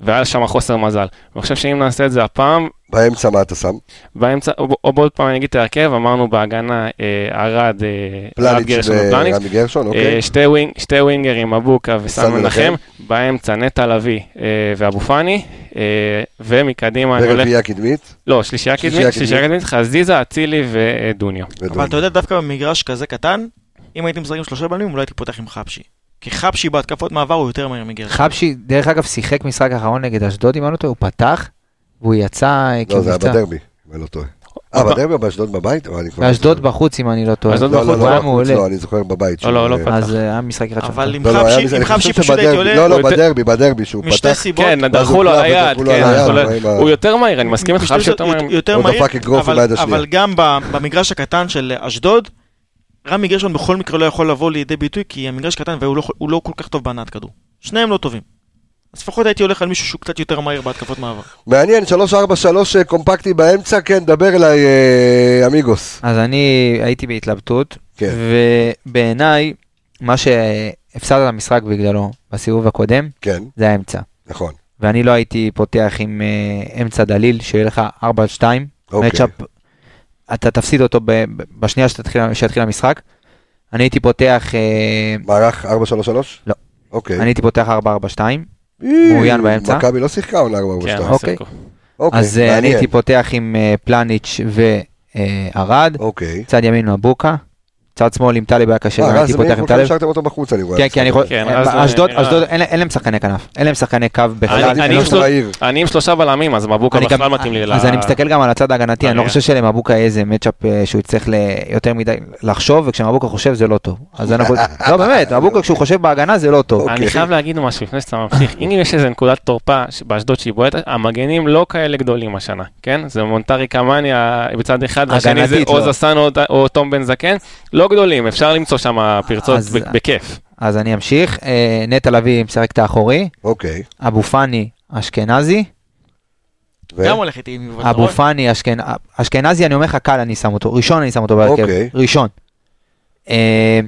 S6: והיה שם חוסר מזל. אני חושב שאם נעשה את זה הפעם,
S1: באמצע מה אתה שם?
S6: באמצע, או, או בעוד פעם אני אגיד את ההרכב, אמרנו בהגנה אה, ארד, אה, ארד
S1: פלניץ'
S6: גרשון ופלניץ',
S1: ורמי גרשון,
S6: אה,
S1: אוקיי.
S6: שתי, ווינג, שתי ווינגרים, אבוקה וסן
S1: סן
S6: מנחם,
S1: מנחם.
S6: באמצע נטע לביא אה, ואבו פאני, אה, ומקדימה אני הולך,
S1: ברביעייה קדמית.
S6: לא, שלישייה קדמית,
S1: קדמית.
S6: שלישייה קדמית, חזיזה, אצילי אה, ודוניו.
S7: אבל אתה יודע, דווקא במגרש כזה קטן, אם הייתי משחק עם שלושה בלמים, אולי הייתי פותח עם חפשי. כי חפשי בהתקפות מעבר הוא יותר מהר מגרש.
S2: חבשי, דרך אגב, שיחק משחק אחרון נגד אשדוד, אם אני לא טועה, הוא פתח, והוא יצא אה,
S1: לא, זה היה
S2: כמבצע.
S1: בדרבי, אם אני לא טועה. אה,
S6: אוקיי.
S1: בדרבי או באשדוד בבית? או, אני כבר-
S2: באשדוד בחוץ, אם אני לא טועה.
S6: באשדוד
S1: לא,
S6: בחוץ,
S1: לא,
S2: הוא
S1: לא,
S2: היה
S1: בחוץ
S2: מעולה.
S1: לא, אני זוכר בבית.
S6: לא,
S1: שהוא,
S6: לא, לא
S1: אה,
S6: פתח.
S2: אז אה, היה משחק אחד שם.
S7: אבל עם
S1: לא, לא, היה
S7: חפשי,
S1: מזה-
S7: עם
S1: אני חושב
S7: חפשי פשוט
S1: שבדרבי-
S7: הייתי עולה,
S1: לא,
S6: הוא
S1: לא,
S6: יותר-
S1: בדרבי, בדרבי, שהוא
S7: משתי
S1: פתח.
S7: סיבות.
S6: כן,
S1: ואז
S6: דרכו
S1: הוא
S6: לו על
S1: הוחלף,
S6: היד,
S1: דרכו לו
S6: כן,
S1: על
S6: דרכו לו
S1: היד,
S6: על היד.
S1: מה עם ה-
S6: הוא יותר מהיר, אני מסכים איתך, חפשי יותר מהיר.
S7: יותר
S1: הוא
S7: מהיר,
S1: דפק אגרוף
S7: אבל-
S1: עם היד השנייה.
S7: אבל גם ב- במגרש הקטן של אשדוד, רמי גרשון בכל מקרה לא יכול לבוא לידי ביטוי, כי המגרש קטן והוא לא- הוא לא כל כך טוב בהנעת כדור. שניהם לא טובים. אז לפחות הייתי הולך על מישהו שהוא קצת יותר מהיר בהתקפות מעבר.
S1: מעניין, 3-4-3 אה, קומפקטי באמצע, כן, דבר אליי, אה, אמיגוס.
S2: אז אני הייתי בהתלבטות,
S1: כן.
S2: ובעיניי, מה שהפסדת למשחק בגללו בסיבוב הקודם,
S1: כן,
S2: זה האמצע.
S1: נכון.
S2: ואני לא הייתי פותח עם אה, אמצע דליל, שיהיה לך 4-2,
S1: אוקיי.
S2: מצ'אפ, אתה תפסיד אותו ב- ב- בשנייה שתתחיל שיתחיל המשחק. אני הייתי פותח, אה,
S1: מערך 4-3-3?
S2: לא.
S1: אוקיי.
S2: אני הייתי פותח 4-4-2,
S1: אי,
S2: מאוריין באמצע.
S1: מכבי לא שיחקה עונה 4-4-2.
S6: כן,
S2: אוקיי.
S6: שיחקו.
S1: אוקיי,
S2: אז אה, אני
S1: מעניין.
S2: הייתי פותח עם אה, פלניץ' וערד,
S1: אוקיי.
S2: צד ימין מבוקה, צד שמאל עם טלב היה קשה,
S1: אה,
S2: גם
S1: רז
S2: הייתי פותח
S1: מאיר,
S2: עם
S1: כולכם
S2: טלב.
S1: השארתם אותו בחוץ, אני רואה.
S2: כן, כן, אני יכול...
S6: כן, רז
S2: אה, אשדוד,
S6: נראה-
S2: אשדוד, אין לה- אין להם שחקני כנף, אין להם שחקני קו
S6: אני- לא
S2: בכלל.
S1: אני-
S6: אני עם
S1: אנחנו
S6: שלוש-
S1: בעיר.
S6: אני עם שלושה בלמים, אז מבוקה
S2: אני
S6: בכלל
S2: גם-
S6: מתאים לי ל... אה,
S2: אז אני מסתכל גם על הצד ההגנתי, אני לא
S6: אני-
S2: חושב שלמבוקה יהיה איזה מצ'אפ אה, שהוא יצטרך ל- יותר מדי לחשוב, וכשמבוקה חושב זה לא טוב. אז אנחנו... לא, באמת, מבוקה כשהוא חושב בהגנה זה לא טוב.
S1: אוקיי.
S6: אני חייב להגיד משהו לפני שאתה ממשיך. אם יש איזה נקודת תורפה ש- באשדוד שהיא בועטת, המגנים לא כאלה גדולים השנה, כן? זה מונטרי קמניה בצד אחד, והשני זה
S2: הגנתית,
S6: או
S2: לא.
S6: זסן או- או תום בן זקן, לא גדולים, אפשר למצוא שם פרצות
S2: אז-
S6: ב- בכיף.
S2: אז אני אמשיך. אה, נטע לביא משחק את האחורי,
S1: אוקיי.
S2: אבו פאני אשכנזי,
S1: ו-
S7: גם הולך איתי עם יובל, אתה
S1: נכון.
S2: אבו
S7: רואה?
S2: פאני אשכנ- אשכנזי, אני אומר לך, קל אני שם אותו, ראשון אני שם אותו בהרכב,
S1: אוקיי.
S2: ראשון. אה,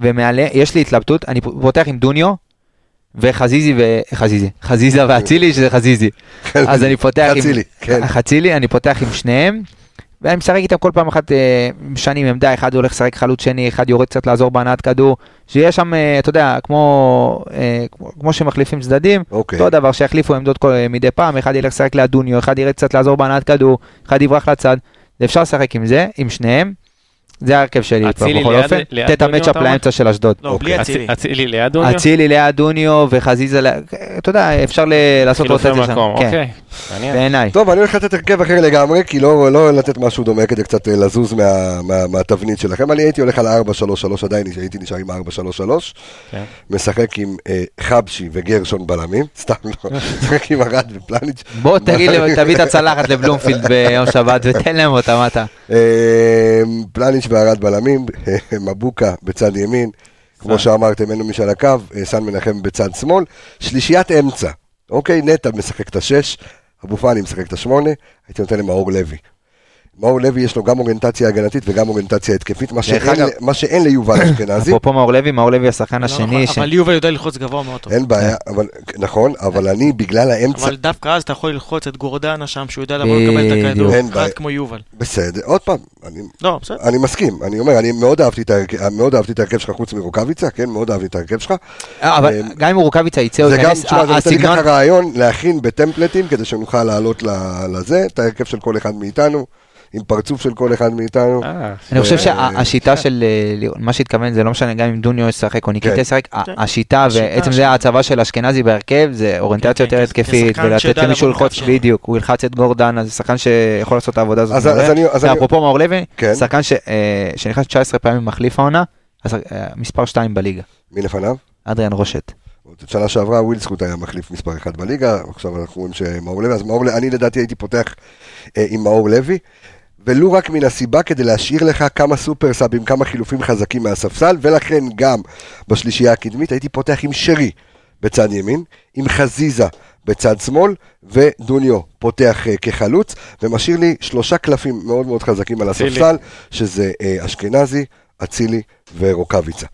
S2: ומעלה, יש לי התלבטות, אני פותח עם דוניו. וחזיזי ו... חזיזי, חזיזה ואצילי שזה חזיזי. אז אני פותח עם...
S1: חצילי, אוקיי. כן.
S2: חצילי, אני פותח עם שניהם, ואני משחק איתם כל פעם אחת, אה, משנים עמדה, אחד הולך לשחק חלוץ שני, אחד יורד קצת לעזור בהנעת כדור, שיהיה שם, אה, אתה יודע, כמו, אה, כמו, כמו שמחליפים צדדים,
S1: אוקיי.
S2: אותו דבר, שיחליפו עמדות כל, מדי פעם, אחד ילך לשחק ליד דוניו, אחד ירד קצת לעזור בהנעת כדור, אחד יברח לצד, אפשר לשחק עם זה, עם שניהם, זה ההרכב שלי
S6: אצילי
S2: בכל
S6: ליד-
S2: אופן,
S6: ליד
S2: תת
S6: דוניו,
S2: המצ'אפ
S6: אתה אומר?
S2: לאמצע של אשדוד. אוקיי.
S1: כן,
S7: לא, בלי אצילי.
S6: אצ- אצילי ליד דוניו?
S2: אצילי ליד דוניו וחזיזה, ל- אתה יודע, אפשר ל-
S1: לא
S2: לעשות
S6: חילופי
S2: רוטציה שם,
S6: מקום,
S2: כן,
S6: כאילו, אוקיי. מעניין.
S2: בעיניי.
S1: טוב, אני הולך לתת הרכב אחר לגמרי, כי לא לא לתת משהו דומה כדי קצת אה, לזוז מה- מה- מהתבנית שלכם. אני הייתי הולך על 4-3-3, עדיין הייתי נשאר עם 4-3-3.
S6: כן.
S1: משחק עם אה, חבשי וגרשון בלמים, סתם לא, משחק עם ארד ופלניץ'.
S2: בוא תגיד, לי, תביא את הצלחת לבלומפילד ביום שבת ותן להם אותה, מה אתה?
S1: אה, פלניץ' וארד בלמים, מבוקה בצד ימין, כמו שאמרתם, אין לו מי שעל הקו, אה, סן מנחם בצד שמאל, שלישיית אמצע, אוקיי, נטע משחק את השש, אבו פאני משחק את השמונה, הייתי נותן למאור לוי. מאור לוי יש לו גם אוריינטציה הגנתית וגם אוריינטציה התקפית, מה שאין
S2: אגב-
S1: ל- מה שאין ליובל אשכנזי.
S2: אפרופו מאור לוי, מאור לוי השחקן
S7: לא,
S2: השני,
S7: נכון,
S2: ש-
S7: אבל יובל יודע ללחוץ גבוה מאוד טוב.
S1: אין בעיה, אבל נכון, אבל אני בגלל האמצע,
S7: אבל דווקא אז אתה יכול ללחוץ את גורדנה שם, שהוא יודע לבוא לקבל את הכדור,
S2: בדיוק.
S1: אין
S7: אחד
S1: בעיה. כן.
S7: כמו יובל.
S1: בסדר, עוד פעם, אני
S7: לא, בסדר.
S1: אני מסכים, אני אומר, אני מאוד אהבתי את ההרכב- מאוד אהבתי את ההרכב שלך חוץ מרוקאביצה, כן, מאוד אהבתי את ההרכב שלך.
S2: אה, אבל
S1: אה,
S2: גם אם רוקאביצה יצא, הוא
S1: זה גם,
S2: ייכנס,
S1: תשמע, זה
S2: ה-
S1: נותן לי
S2: אוקיי, הסגנון,
S1: ככה רעיון להכין בטמפלטים כדי שנוכל לעלות ל- לזה, את ההרכב של כל אחד מאיתנו, עם פרצוף של כל אחד מאיתנו.
S6: אה,
S2: אני חושב
S1: אה,
S2: שהשיטה של אה, ליאון, מה שהתכוון זה לא משנה גם אם דוניו ישחק או ניקיטה
S1: כן.
S2: ישחק,
S7: כן.
S2: ה- השיטה ועצם
S7: השיטה,
S2: זה ההצבה של אשכנזי בהרכב זה
S7: כן,
S2: אוריינטציה
S7: כן,
S2: יותר
S7: כ-
S2: התקפית
S7: כשחקן
S2: ולתת
S7: שיודע
S2: למישהו
S7: לעבוד עם
S2: ללחוץ
S7: כף שלו.
S2: בדיוק, הוא ילחץ את גורדן, אז זה שחקן שיכול לעשות את העבודה הזאת.
S1: אז- אז
S2: מעולה.
S1: אני- אז אני-
S2: ואפרופו מאור לוי,
S1: כן.
S2: שחקן ש- אה, שנכנס 19 פעמים מחליף העונה, אז, אה, מספר 2 בליגה,
S1: מי לפניו?
S2: אדריאן רושט.
S1: עוד שנה שעברה ווילסקוט היה מחליף מספר אחד בליגה, עכשיו אנחנו רואים שמאור לוי, אז מאור לוי, אני לדעתי הייתי פותח אה, עם מאור לוי, ולו רק מן הסיבה כדי להשאיר לך כמה סופר סאבים, כמה חילופים חזקים מהספסל, ולכן גם בשלישייה הקדמית הייתי פותח עם שרי בצד ימין, עם חזיזה בצד שמאל, ודוניו פותח אה, כחלוץ, ומשאיר לי שלושה קלפים מאוד מאוד חזקים על
S6: אצילי.
S1: הספסל, שזה אה, אשכנזי, אצילי ורוקאביצה.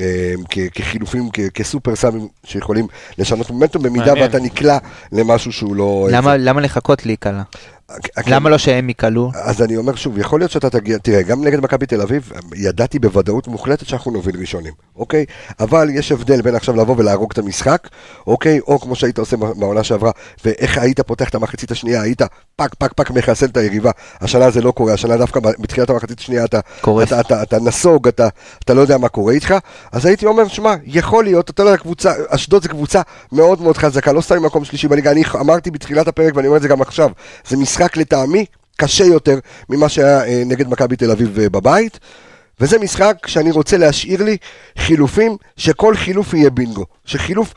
S1: אה, כ- כחילופים, כ- כסופר סאבים שיכולים לשנות מומנטום, במידה
S6: מעניין.
S1: ואתה נקלע למשהו שהוא לא...
S2: למה- למה לחכות להיקלע?
S1: הכ-
S2: למה לא שהם ייקלעו?
S1: כן, אז אני אומר שוב, יכול להיות שאתה תגיע, תראה, גם נגד מכבי תל אביב, אמ, ידעתי בוודאות מוחלטת שאנחנו נוביל ראשונים, אוקיי? אבל יש הבדל בין עכשיו לבוא ולהרוג את המשחק, אוקיי? או כמו שהיית עושה בעונה שעברה, ואיך היית פותח את המחצית השנייה, היית פק פק פק מחסל את היריבה. השנה זה לא קורה, השנה דווקא בתחילת המחצית השנייה אתה,
S2: קורס.
S1: אתה, אתה, אתה נסוג, אתה, אתה לא יודע מה קורה איתך, אז הייתי אומר, שמע, יכול להיות, אתה לא יודע, קבוצה, אשדוד זו קבוצה מאוד מאוד חזקה, לא סתם מקום שלישי בליגה, אני אמרתי בתחילת הפרק ואני אומר את זה גם עכשיו, זה משחק לטעמי קשה יותר ממה שהיה אה, נגד מכבי תל אביב אה, בבית, וזה משחק שאני רוצה להשאיר לי חילופים, שכל חילוף יהיה בינגו, שחילוף...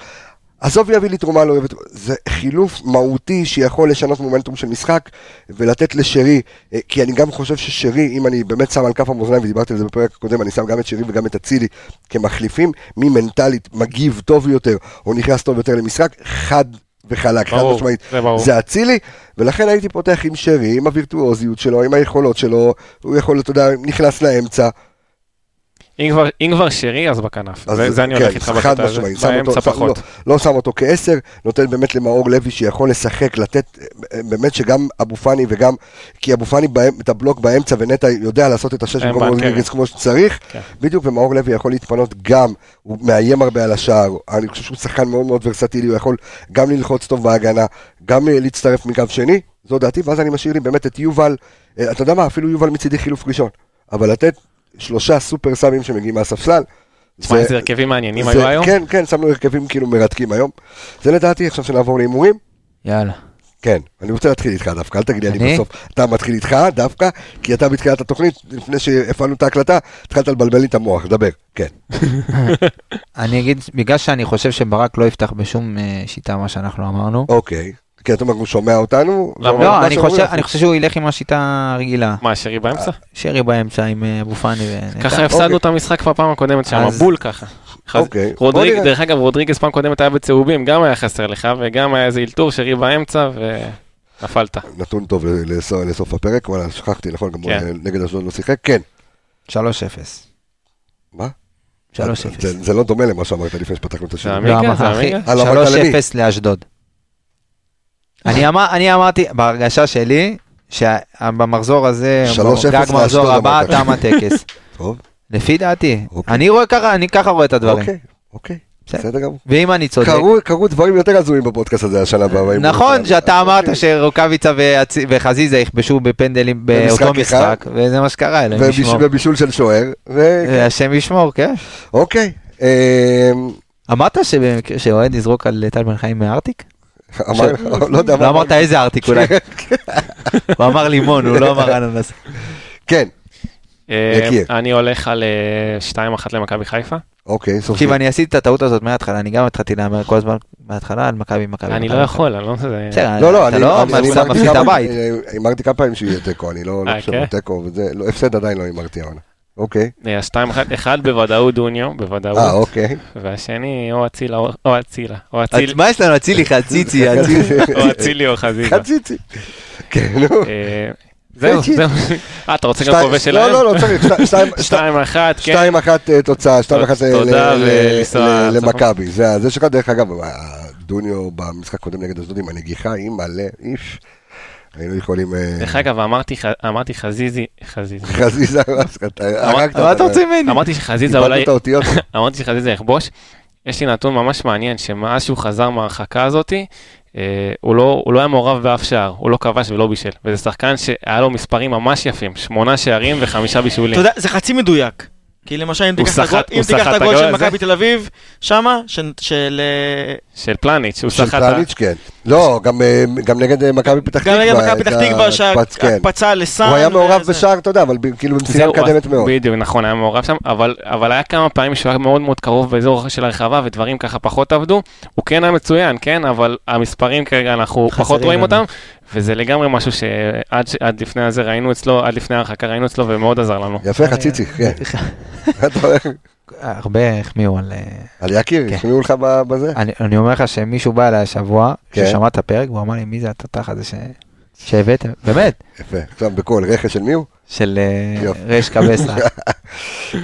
S1: עזוב יביא לי תרומה, לא יביא תרומה, זה חילוף מהותי שיכול לשנות מומנטום של משחק ולתת לשרי, אה, כי אני גם חושב ששרי, אם אני באמת שם על כף המאזניים ודיברתי על זה בפרק הקודם, אני שם גם את שרי וגם את אצילי כמחליפים, מי מנטלית מגיב טוב יותר או נכנס טוב יותר למשחק, חד וחלק, חד
S6: ברור,
S1: משמעית,
S6: זה ברור.
S1: זה אצילי, ולכן הייתי פותח עם שרי, עם הווירטואוזיות שלו, עם היכולות שלו, הוא יכול, אתה יודע, נכנס לאמצע,
S6: אם כבר- אם כבר שרי, אז בכנף.
S1: אז
S6: זה זה אני
S1: כן,
S6: הולך איתך
S1: חד
S6: בקטע הזה.
S1: משמעית, שם
S6: באמצע
S1: אותו- שם-
S6: פחות.
S1: לא, לא שם אותו כעשר, נותן באמת למאור לוי שיכול לשחק, לתת, אה, באמת שגם אבו פאני וגם, כי אבו פאני באמ- את הבלוק באמצע ונטע יודע לעשות את השש
S6: אין
S1: במקום
S6: בעיה, כן.
S1: רודריגז כמו שצריך,
S6: כן.
S1: בדיוק, ומאור לוי יכול להתפנות גם, הוא מאיים הרבה על השער, אני חושב שהוא שחקן מאוד מאוד ורסטילי, הוא יכול גם ללחוץ טוב בהגנה, גם אה, להצטרף מקו שני, זו דעתי, ואז אני משאיר לי באמת את יובל, אה, אתה יודע מה, אפילו יובל מצידי חילוף ראשון, אבל לתת שלושה סופר סאבים שמגיעים מהספסל,
S6: תשמע,
S1: זה-
S6: איזה הרכבים מעניינים
S1: זה-
S6: היו היום.
S1: כן, כן, שמנו הרכבים כאילו מרתקים היום. זה לדעתי, עכשיו שנעבור להימורים.
S2: יאללה.
S1: כן, אני רוצה להתחיל איתך דווקא, אל תגיד לי אני
S2: אני?
S1: בסוף. אתה מתחיל איתך דווקא, כי אתה בתחילת התוכנית, לפני שהפעלנו את ההקלטה, התחלת לבלבל לי את המוח, דבר. כן.
S2: אני אגיד, בגלל שאני חושב שברק לא יפתח בשום אה, שיטה מה שאנחנו אמרנו.
S1: אוקיי. כי אתה אומר, הוא שומע אותנו?
S6: לא,
S1: ואומר
S2: לא,
S1: מה
S2: אני
S1: שאומרים
S2: חושב-
S1: לך.
S2: אני חושב שהוא ילך עם השיטה הרגילה.
S6: מה, שרי באמצע?
S2: שרי באמצע עם אה, אבו פאני. ו-
S6: ככה
S1: אוקיי.
S6: הפסדנו את המשחק בפעם הקודמת שם,
S2: אז-
S6: בול ככה. חז-
S1: אוקיי. בוא
S6: רודריג,
S1: נראה.
S6: דרך אגב, רודריגז פעם קודמת היה בצהובים, גם היה חסר לך, וגם היה איזה אלתור, שרי באמצע, ונפלת.
S1: נתון טוב ל- לסוף- לסוף הפרק, וואלה, שכחתי, נכון, גם הוא
S6: כן.
S1: נגד אשדוד לא שיחק? כן.
S2: 3-0.
S1: מה?
S2: 3-0.
S1: זה- אה, לא זה לא דומה למה שאמרת לפני שפתחנו את
S6: זה
S1: השיר.
S6: אמיתי. עמיגה? זה
S2: לא, אחי,
S6: עמיגה?
S1: על המגדל
S2: 3-0 לאשדוד. אני אמר- אני אמרתי, בהרגשה שלי, שבמחזור הזה,
S1: 3-0
S2: גג מחזור
S1: לאשדוד
S2: הבא,
S1: אמרת.
S2: תם הטקס.
S1: טוב,
S2: לפי דעתי.
S1: אוקיי.
S2: אני רואה ככה, אני ככה רואה את הדברים.
S1: אוקיי, אוקיי.
S2: בסדר.
S1: בסדר גמור.
S2: ואם אני צודק,
S1: קרו- קרו דברים יותר הזויים בפודקאסט הזה השנה. בהימורים
S2: נכון
S1: שלנו.
S2: שאתה אמרת
S1: אוקיי.
S2: שרוקאביצה והצ- וחזיזה יכבשו בפנדלים באותו
S1: במשחק אחד.
S2: משחק, וזה מה שקרה, אלוהים
S1: וביש-
S2: ישמור.
S1: ובישול של שוער. ו-
S2: השם ישמור, כן.
S1: אוקיי. אמ,
S2: אמרת שבמקרה- שאוהד יזרוק על טל בן חיים מהארטיק?
S1: אמר, לא יודע
S2: לא
S1: מה.
S2: אמרת איזה ארטיק אולי. הוא אמר לימון, הוא לא אמר אננס.
S1: כן,
S6: אה,
S1: יקיר.
S6: אני הולך על אה, 2-1 למכבי חיפה.
S1: אוקיי, סוף
S2: תקשיב, אני עשיתי את הטעות הזאת מההתחלה, אני גם התחלתי להמר כל הזמן מההתחלה על מכבי, מכבי.
S6: אני לא
S2: מכבי.
S6: יכול, אני לא... זה-
S2: בסדר,
S1: לא, לא,
S2: אתה
S1: אני
S2: לא
S1: אני- אני
S2: מפסיד-
S1: אמרתי
S2: מפסיד את
S1: כמה-
S2: הבית.
S1: אה, הימרתי כמה פעמים שיהיה תיקו, אני לא לא
S6: אה,
S1: חושב
S6: כן?
S1: על תיקו, וזה, לא, הפסד עדיין לא הימרתי העונה. אוקיי,
S6: אה, אז 2-1, אחד בוודאות דוניו, בוודאות,
S1: אה, אוקיי.
S6: והשני או אצילה או- או אצילה, או אציל-
S2: אז אה, מה יש לנו? אצילי, חציצי, אצילי.
S6: או אצילי או חזיזה.
S1: חציצי. כן, נו.
S6: אה, זהו,
S1: חצי.
S6: זהו. אה, אתה רוצה גם
S1: שתיים-
S6: כובש
S1: לא,
S6: שלהם?
S1: לא, לא צריך, שתי- שתיים- שתי-
S6: 2-1, כן.
S1: שתיים אחת אה, תוצאה, שתיים אחת ל-
S6: תודה,
S1: ל-
S6: ולנסוע
S1: ל-
S6: צפון.
S1: למכבי, זה ה- זה שלך, דרך אגב, הדוניו במשחק הקודם נגד אשדוד עם הנגיחה, עם מלא, איש, היינו יכולים... אה,
S6: דרך אגב, אמרתי ח- אמרתי חזיזי, חזיזי.
S1: חזיזה, ממש, אתה הרגת
S2: מה אתה רוצה ממני?
S6: אמרתי שחזיזה
S1: איבדנו
S6: אולי,
S1: את האותיות.
S6: אמרתי שחזיזה יכבוש. יש לי נתון ממש מעניין, שמאז שהוא חזר מההרחקה הזאתי, אה, הוא לא, הוא לא היה מעורב באף שער, הוא לא כבש ולא בישל. וזה שחקן שהיה לו מספרים ממש יפים, שמונה שערים וחמישה בישולים.
S7: אתה יודע, זה חצי מדויק. כי למשל, אם
S6: הוא
S7: תיקח את הגול-
S6: סחט-
S7: אם
S6: הוא
S7: תיקח
S6: סחט
S7: את הגול של
S6: הזה.
S7: מכבי תל אביב, שמה, של- של... אה,
S6: של פלניץ', הוא
S1: של
S6: סחט... ה-
S1: פלניץ', כן. לא, גם, אה, גם נגד אה, מכבי פתח תקווה.
S7: גם נגד מכבי
S1: הייתה
S7: פתח תקווה, אה,
S1: הקפץ, כן.
S7: שהקפצה לסאן.
S1: הוא היה מעורב
S7: וזה.
S1: בשער, אתה יודע, אבל ב- כאילו במסירה
S6: זהו,
S1: מקדמת
S6: אז-
S1: מאוד.
S6: בדיוק, נכון, היה מעורב שם, אבל, אבל היה כמה פעמים שהוא היה מאוד מאוד קרוב באזור של הרחבה ודברים ככה פחות עבדו. הוא כן היה מצוין, כן, אבל המספרים כרגע אנחנו
S2: חסרים
S6: פחות רואים
S2: לנו.
S6: אותם, וזה לגמרי משהו שעד ש- עד לפני הזה ראינו אצלו, עד לפני ההרחקה ראינו אצלו ומאוד עזר לנו.
S2: אה,
S1: יפה, חציצי, כן. אתה רואה?
S2: הרבה החמיאו על... אה,
S1: על יקיר,
S2: כן.
S1: החמיאו לך ב- בזה.
S2: אני, אני אומר לך שמישהו בא אליי השבוע,
S1: כן.
S2: ששמע את הפרק, והוא אמר לי, מי זה התותח הזה ש... שהבאתם? באמת,
S1: יפה. עכשיו בקול, רכש של מי הוא?
S2: של אה,
S1: יופי.
S2: רש קבסה.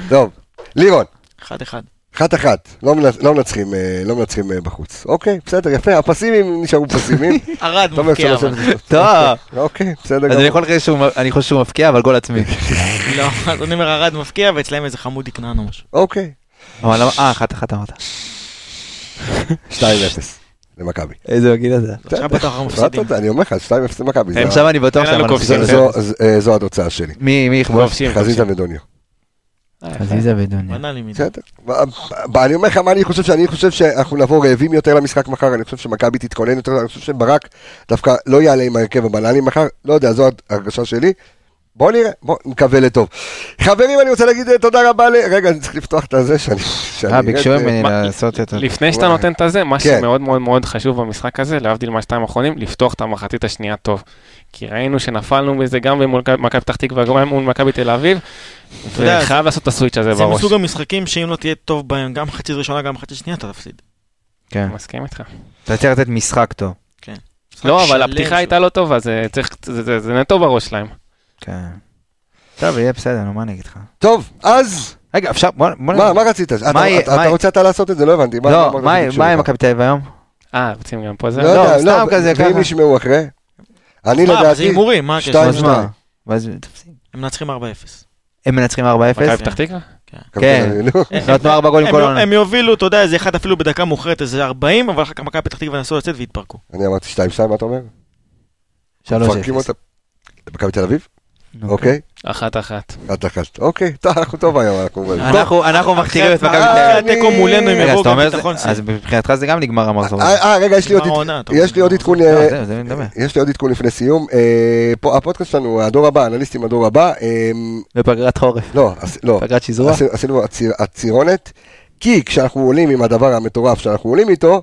S1: טוב, לירון.
S7: אחד אחד.
S1: אחת אחת, לא מנצ- לא מנצחים אה, לא מנצחים אה, בחוץ. אוקיי, בסדר, יפה, הפסימיים נשארו פסימיים.
S7: ערד
S1: אתה אומר, אפשר
S7: מבקיע. אבל.
S1: לשבת לשתות.
S2: אוקיי, טוב.
S1: אוקיי, בסדר
S2: אז אני
S1: גמור.
S2: יכול להגיד שהוא, אני חושב שהוא מפקיע, אבל גול עצמי.
S7: לא, אז אני אומר ערד מבקיע, ואצלהם איזה חמודי כנען או משהו.
S1: אוקיי,
S2: אבל למה, אה, אחת אחת אמרת.
S1: 2-0 למכבי.
S2: איזה מגעיל זה.
S7: עכשיו בטח אנחנו מפסידים.
S1: אני אומר לך, 2-0 למכבי. זה-
S2: עכשיו אני בטוח
S6: אין לנו
S2: שאמרנו
S6: כובשים.
S1: זה-
S2: שזה-
S1: זו- זו- אה, זו התוצאה שלי.
S2: מי מי יכבוש?
S6: כובשים,
S1: חזיזה ודוניו.
S2: חזיזה ודוניה.
S7: בנאלי מדי.
S1: בסדר. ב- ב- אני אומר לך מה אני חושב, שאני חושב שאנחנו נבוא רעבים יותר למשחק מחר, אני חושב שמכבי תתכונן יותר, אני חושב שברק דווקא לא יעלה עם ההרכב הבנאלי מחר, לא יודע, זו הרגשה שלי. בואו נראה, בואו נקווה לטוב. חברים, אני רוצה להגיד אה, תודה רבה ל... רגע, אני צריך לפתוח את הזה שאני... שאני
S2: אה, ביקשו
S1: אראה את זה.
S2: ממני
S6: מה-
S2: לעשות את ה...
S6: לפני שאתה נותן את הזה, מה
S1: כן.
S6: שמאוד מאוד מאוד חשוב במשחק הזה, להבדיל מהשתיים האחרונים, לפתוח את המחצית השנייה טוב. כי ראינו שנפלנו בזה גם מול מכבי פתח תקווה, גם מול מכבי תל אביב,
S7: יודע,
S6: וחייב לעשות את הסוויץ' הזה
S7: זה
S6: בראש.
S7: מסוג המשחקים שאם לא תהיה טוב בהם, גם חצי ראשונה, גם חצי שנייה, אתה תפסיד.
S2: כן.
S6: מסכים איתך.
S2: אתה צריך לתת משחק טוב.
S7: משחק
S6: לא, אבל
S7: שלם
S6: הפתיחה
S7: של-
S6: הייתה לא טובה, זה צריך, זה- זה זה נטו בראש שלהם.
S2: כן. טוב, יהיה בסדר, נו, מה אני אגיד לך?
S1: טוב, אז...
S2: רגע, אפשר, בוא... בוא-
S1: מה, מה רצית? אתה-
S2: יהיה-
S1: אתה אתה
S2: מה-
S1: רוצה אתה לעשות את זה? לא הבנתי. מה-
S2: לא,
S1: מה-
S2: מה-
S1: ביקשו
S2: מה עם
S1: ממך?
S2: מכבי תל אביב היום?
S6: אה, רוצים גם פה זה?
S1: לא יודע,
S2: סתם
S1: לא,
S2: כזה,
S1: ואם
S2: ככה.
S1: ישמעו אחרי? אני
S7: מה, אבל זה
S1: לדעתי...
S7: הימורים, מה הקשר?
S1: שתיים,
S2: אז מה?
S1: שתיים.
S2: ואז תפסיד.
S7: הם מנצחים 4-0.
S2: הם מנצחים 4-0?
S6: מכבי פתח תקווה?
S2: כן.
S1: נו.
S2: נתנו 4 גולים כל לא
S7: הם- לא-
S2: העונה.
S7: הם יובילו, אתה יודע, איזה אחד אפילו בדקה מאוחרת, איזה 40, אבל אחר כך מכבי פתח תקווה נסו לצאת והתפרקו.
S1: אני אמרתי 2-2, מה אתה אומר?
S2: 3-0.
S1: מפרקים אותה. מכבי תל אביב?
S2: נו,
S1: אוקיי.
S6: אחת אחת.
S1: את אכלת. אוקיי, טוב, אנחנו טוב היום, אנחנו...
S2: כן. אנחנו- אנחנו מחזירים את
S7: אחרי
S2: מכבי
S1: מה-
S2: תל
S7: התנהגת
S2: אביב.
S7: התיקו מולנו, הם
S2: רגע, אז
S7: יבואו
S2: אתה
S7: גם
S2: אומר,
S7: ביטחון
S2: זה- אז מבחינתך זה גם נגמר המחזור.
S1: אה, אה, רגע, יש לי עוד
S7: נגמר
S1: עדכון-
S7: העונה, אתה
S1: יש
S7: אומר.
S1: לי עוד עדכון... אה,
S2: אה, זהו, זה מדבר.
S1: יש לי עוד עדכון לפני סיום, אה, פה הפודקאסט שלנו, הדור הבא, אנליסטים הדור הבא, אה,
S2: בפגרת חורף.
S1: לא, עש- לא,
S2: פגרת שזרוע.
S1: עשינו- עשינו הציר- הצירונת, כי כשאנחנו עולים עם הדבר המטורף שאנחנו עולים איתו,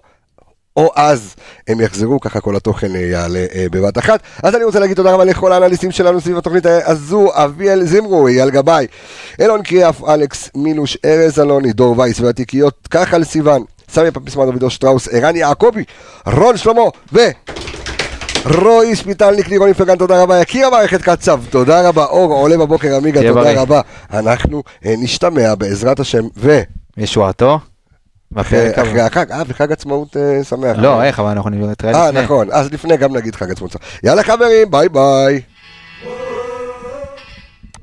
S1: או אז הם יחזרו, ככה כל התוכן אה, יעלה אה, בבת אחת. אז אני רוצה להגיד תודה רבה לכל האנליסטים שלנו סביב התוכנית הזו, אביאל זמרו, אייל גבאי, אלון קריאף, אלכס מילוש, ארז אלוני, דור וייס והתיקיות, כחל סיוון, סמי פפיסמן, דודו שטראוס, ערן יעקבי, רון שלמה, ו... רועי שפיטלניק, לירון איפרגן, תודה רבה, יקיר המערכת קצב, תודה רבה, אור עולה בבוקר, עמיגה,
S2: תהיה
S1: תודה
S2: בריא.
S1: רבה. אנחנו אה, נשתמע בעזרת השם, ואחרי אה,
S2: ישועתו. בפרק הבא.
S1: החג, אה, וחג עצמאות אה, שמח.
S2: כן, לא, איך, אבל אנחנו נראה
S1: אה,
S2: לפני.
S1: נכון, אז לפני גם נגיד חג עצמאות שמח. יאללה חברים, ביי ביי.